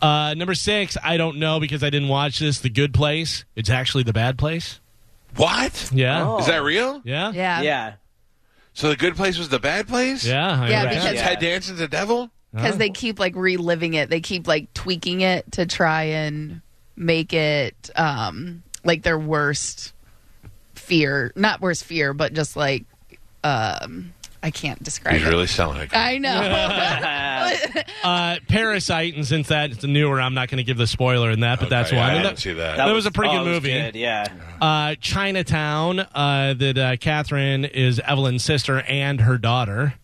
[SPEAKER 2] uh, number six, I don't know because I didn't watch this. The Good Place. It's actually The Bad Place.
[SPEAKER 1] What?
[SPEAKER 2] Yeah.
[SPEAKER 7] Oh.
[SPEAKER 1] Is that real?
[SPEAKER 2] Yeah.
[SPEAKER 6] Yeah.
[SPEAKER 7] Yeah.
[SPEAKER 1] So the good place was the bad place?
[SPEAKER 2] Yeah. I
[SPEAKER 6] Yeah,
[SPEAKER 2] read
[SPEAKER 6] because-
[SPEAKER 2] that.
[SPEAKER 1] Is Ted Danson's a devil?
[SPEAKER 6] Because
[SPEAKER 1] Oh.
[SPEAKER 6] they keep like reliving it. They keep like tweaking it to try and make it um like their worst fear. Not worst fear, but just like um I can't describe
[SPEAKER 1] He's
[SPEAKER 6] it.
[SPEAKER 1] really selling it.
[SPEAKER 6] I know.
[SPEAKER 2] uh, Parasite, and since that it's newer, I'm not going to give the spoiler in that, but that's
[SPEAKER 1] Okay,
[SPEAKER 2] why.
[SPEAKER 1] I
[SPEAKER 2] I mean,
[SPEAKER 1] didn't
[SPEAKER 2] that-
[SPEAKER 1] see that.
[SPEAKER 2] That, was, a pretty
[SPEAKER 7] oh,
[SPEAKER 2] good
[SPEAKER 7] it was
[SPEAKER 2] movie.
[SPEAKER 7] good, yeah.
[SPEAKER 2] Uh, Chinatown, uh, that uh, Catherine is Evelyn's sister and her daughter.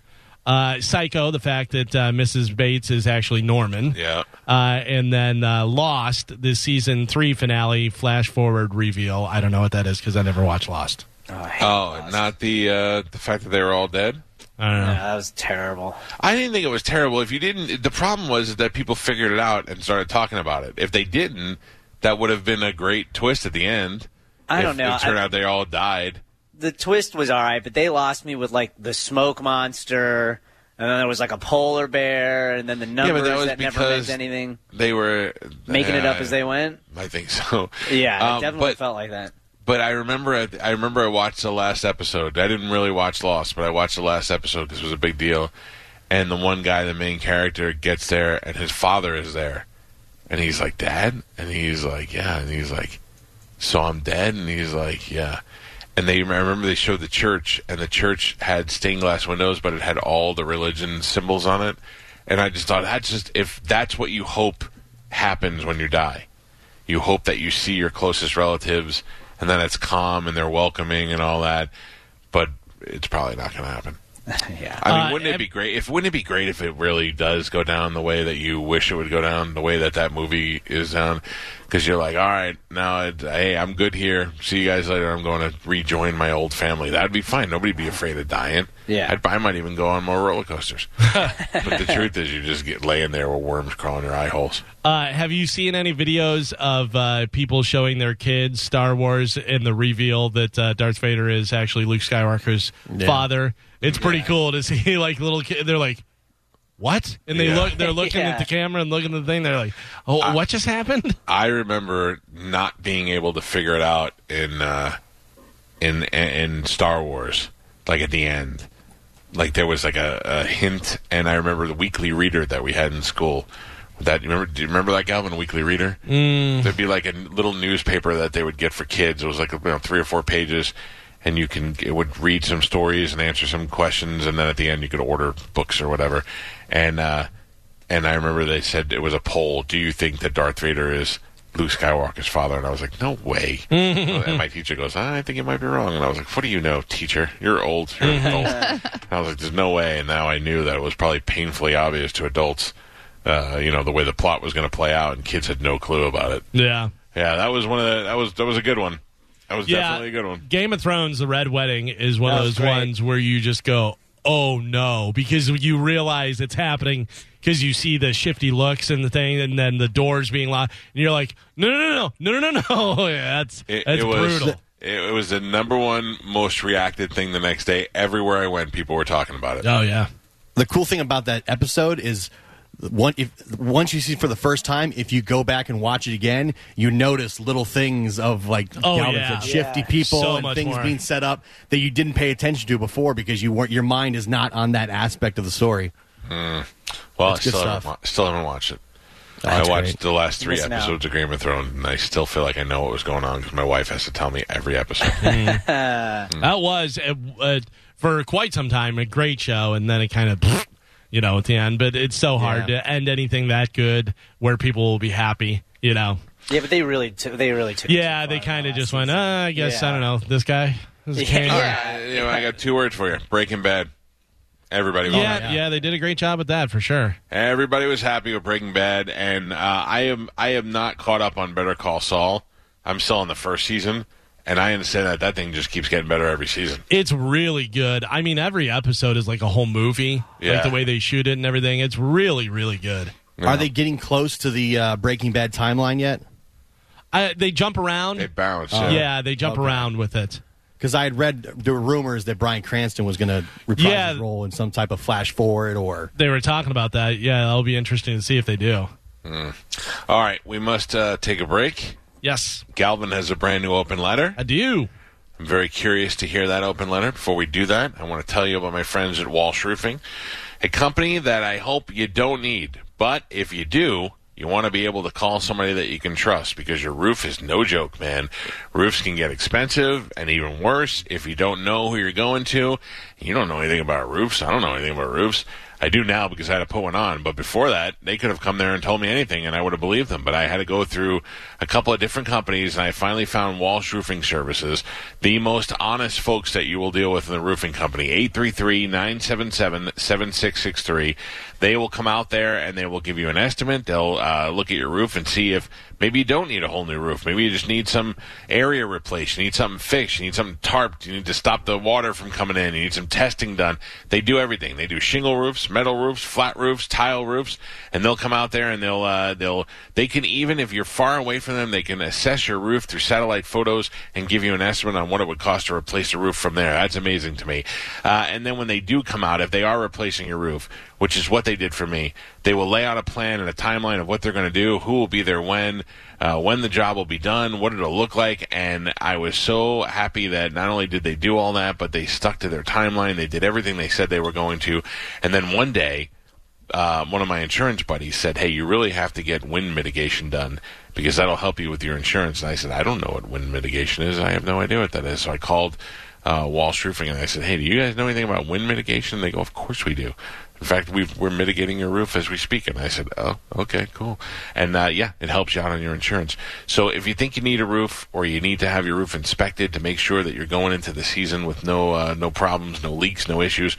[SPEAKER 2] Uh, Psycho, the fact that uh, Mrs. Bates is actually Norman.
[SPEAKER 1] Yeah.
[SPEAKER 2] Uh, and then uh, Lost, the season three finale, flash forward reveal. I don't know what that is because I never watched Lost.
[SPEAKER 1] Oh, and not the uh, the fact that they were all dead?
[SPEAKER 2] I don't know.
[SPEAKER 7] Yeah, that was terrible.
[SPEAKER 1] I didn't think it was terrible. If you didn't, the problem was that people figured it out and started talking about it. If they didn't, that would have been a great twist at the end.
[SPEAKER 7] I
[SPEAKER 1] If
[SPEAKER 7] don't know.
[SPEAKER 1] It turned
[SPEAKER 7] I-
[SPEAKER 1] out they all died.
[SPEAKER 7] the twist was all right, but they lost me with like the smoke monster, and then there was like a polar bear, and then the numbers
[SPEAKER 1] that was
[SPEAKER 7] that, never
[SPEAKER 1] because-
[SPEAKER 7] meant anything.
[SPEAKER 1] They were
[SPEAKER 7] Making it up
[SPEAKER 1] Yeah,
[SPEAKER 7] as they went.
[SPEAKER 1] I think so.
[SPEAKER 7] Yeah,
[SPEAKER 1] Um,
[SPEAKER 7] it definitely
[SPEAKER 1] but-
[SPEAKER 7] felt like that.
[SPEAKER 1] But I remember, I, I remember I watched the last episode. I didn't really watch Lost, but I watched the last episode because it was a big deal. And the one guy, the main character, gets there, and his father is there, and he's like, "Dad," and he's like, "Yeah," and he's like, "So I'm dead," and he's like, "Yeah." And they, I remember they showed the church, and the church had stained glass windows, but it had all the religion symbols on it. And I just thought that's just if that's what you hope happens when you die You hope that you see your closest relatives and that it's calm and they're welcoming and all that. But it's probably not going to happen.
[SPEAKER 7] yeah.
[SPEAKER 1] I mean,
[SPEAKER 2] Uh,
[SPEAKER 1] wouldn't it
[SPEAKER 2] ev-
[SPEAKER 1] be great if wouldn't it be great if it really does go down the way that you wish it would go down, the way that that movie is down? Because you're like, all right, now it, hey, I'm good here. See you guys later. I'm going to rejoin my old family. That'd be fine. Nobody'd be afraid of dying.
[SPEAKER 7] Yeah.
[SPEAKER 1] I'd, I might even go on more roller coasters. but the truth is, you just get laying there with worms crawling your eye holes.
[SPEAKER 2] Uh, have you seen any videos of uh, people showing their kids Star Wars in the reveal that uh, Darth Vader is actually Luke Skywalker's father? It's pretty cool to see like little kid. They're like, "What?" and they
[SPEAKER 1] Yeah.
[SPEAKER 2] look. They're looking
[SPEAKER 7] Yeah.
[SPEAKER 2] at the camera and looking at the thing. They're like, "Oh, what just happened?"
[SPEAKER 1] I remember not being able to figure it out in uh, in in Star Wars, like at the end, like there was like a, a hint, and I remember the weekly reader that we had in school. That you remember? Do you remember that Galvin Weekly Reader? Mm. There'd be like a little newspaper that they would get for kids. It was like you know, three or four pages, and you can it would read some stories and answer some questions, and then at the end you could order books or whatever. And uh, and I remember they said it was a poll. Do you think that Darth Vader is Luke Skywalker's father? And I was like, no way. and my teacher goes, ah, I think you might be wrong. And I was like, what do you know, teacher? You're old. You're an adult. And I was like, there's no way. And now I knew that it was probably painfully obvious to adults, uh, you know, the way the plot was going to play out, and kids had no clue about it.
[SPEAKER 2] Yeah.
[SPEAKER 1] Yeah, that was one of the, that was that was a good one. That was definitely a good one.
[SPEAKER 2] Game of Thrones, The Red Wedding is one
[SPEAKER 1] That
[SPEAKER 2] of
[SPEAKER 1] was
[SPEAKER 2] those
[SPEAKER 1] great.
[SPEAKER 2] ones where you just go, oh no, because you realize it's happening because you see the shifty looks and the thing, and then the doors being locked, and you're like, no, no, no, no, no, no, no. no. yeah, that's
[SPEAKER 1] It,
[SPEAKER 2] that's
[SPEAKER 1] it was,
[SPEAKER 2] brutal.
[SPEAKER 1] It, it was the number one most reacted thing the next day. Everywhere I went, people were talking about it.
[SPEAKER 2] Oh yeah.
[SPEAKER 3] The cool thing about that episode is one, if, once you see it for the first time, if you go back and watch it again, you notice little things of like
[SPEAKER 2] Oh,
[SPEAKER 3] Galvin
[SPEAKER 2] yeah.
[SPEAKER 3] said, shifty
[SPEAKER 2] Yeah.
[SPEAKER 3] people
[SPEAKER 2] So
[SPEAKER 3] and
[SPEAKER 2] much
[SPEAKER 3] things
[SPEAKER 2] more.
[SPEAKER 3] being set up that you didn't pay attention to before because you weren't your mind is not on that aspect of the story.
[SPEAKER 1] Well, I
[SPEAKER 3] That's good
[SPEAKER 1] still haven't,
[SPEAKER 3] stuff.
[SPEAKER 1] wa- still haven't watched it.
[SPEAKER 3] That's
[SPEAKER 1] I watched
[SPEAKER 3] great.
[SPEAKER 1] the last three
[SPEAKER 3] Missing out.
[SPEAKER 1] episodes of Game of Thrones, and I still feel like I know what was going on because my wife has to tell me every episode. Hmm.
[SPEAKER 2] That was uh, uh, for quite some time a great show, and then it kind of, you know, at the end. But it's so hard
[SPEAKER 7] Yeah.
[SPEAKER 2] to end anything that good where people will be happy, you know.
[SPEAKER 7] Yeah, but they really took. They really took.
[SPEAKER 2] Yeah, they kind of just went, uh, I guess I don't know this guy. This
[SPEAKER 7] Yeah.
[SPEAKER 2] Kang."
[SPEAKER 1] Uh, you know, I got two words for you: Breaking Bad. Everybody, was
[SPEAKER 2] Yeah,
[SPEAKER 1] happy.
[SPEAKER 2] yeah, they did a great job with that for sure.
[SPEAKER 1] everybody was happy with Breaking Bad, and uh, I am I am not caught up on Better Call Saul. I'm still on the first season, and I understand that that thing just keeps getting better every season.
[SPEAKER 2] It's really good. I mean, every episode is like a whole movie.
[SPEAKER 1] Yeah.
[SPEAKER 2] Like the way they shoot it and everything. It's really, really good.
[SPEAKER 3] Are they getting close to the uh, Breaking Bad timeline yet?
[SPEAKER 2] I, they jump around. Uh,
[SPEAKER 1] They bounce.
[SPEAKER 2] Oh. yeah. they jump around with it.
[SPEAKER 3] Because I had read there were rumors that Brian Cranston was going to reprise
[SPEAKER 2] Yeah.
[SPEAKER 3] his role in some type of flash forward or
[SPEAKER 2] They were talking about that. Yeah, that'll be interesting to see if they do.
[SPEAKER 1] All right, we must uh, take a break.
[SPEAKER 2] Yes,
[SPEAKER 1] Galvin has a brand new open letter.
[SPEAKER 2] I do.
[SPEAKER 1] I'm very curious to hear that open letter. Before we do that, I want to tell you about my friends at Walsh Roofing, a company that I hope you don't need. But if you do, you want to be able to call somebody that you can trust because your roof is no joke, man. Roofs can get expensive and even worse if you don't know who you're going to. You don't know anything about roofs. I don't know anything about roofs. I do now because I had to put one on. But before that, they could have come there and told me anything, and I would have believed them. But I had to go through a couple of different companies, and I finally found Walsh Roofing Services, the most honest folks that you will deal with in the roofing company. 833 977 7663. They will come out there and they will give you an estimate. They'll uh, look at your roof and see if maybe you don't need a whole new roof. Maybe you just need some area replaced. You need something fixed. You need something tarped. You need to stop the water from coming in. You need some testing done. They do everything. They do shingle roofs, metal roofs, flat roofs, tile roofs, and they'll come out there and they'll uh, they'll they can even if you're far away from them, they can assess your roof through satellite photos and give you an estimate on what it would cost to replace the roof from there. That's amazing to me. Uh, and then when they do come out, if they are replacing your roof, which is what they did for me, they will lay out a plan and a timeline of what they're going to do, who will be there when, uh, when the job will be done, what it'll look like. And I was so happy that not only did they do all that, but they stuck to their timeline. They did everything they said they were going to. And then one day, uh, one of my insurance buddies said, "Hey, you really have to get wind mitigation done because that'll help you with your insurance." And I said, "I don't know what wind mitigation is. I have no idea what that is." So I called uh, Walsh Roofing and I said, "Hey, do you guys know anything about wind mitigation?" And they go, "Of course we do. In fact, we've, we're mitigating your roof as we speak. And I said, Oh, okay, cool. And uh, yeah, it helps you out on your insurance. So if you think you need a roof or you need to have your roof inspected to make sure that you're going into the season with no, uh, no problems, no leaks, no issues,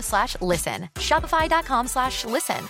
[SPEAKER 6] slash listen. Shopify.com slash listen.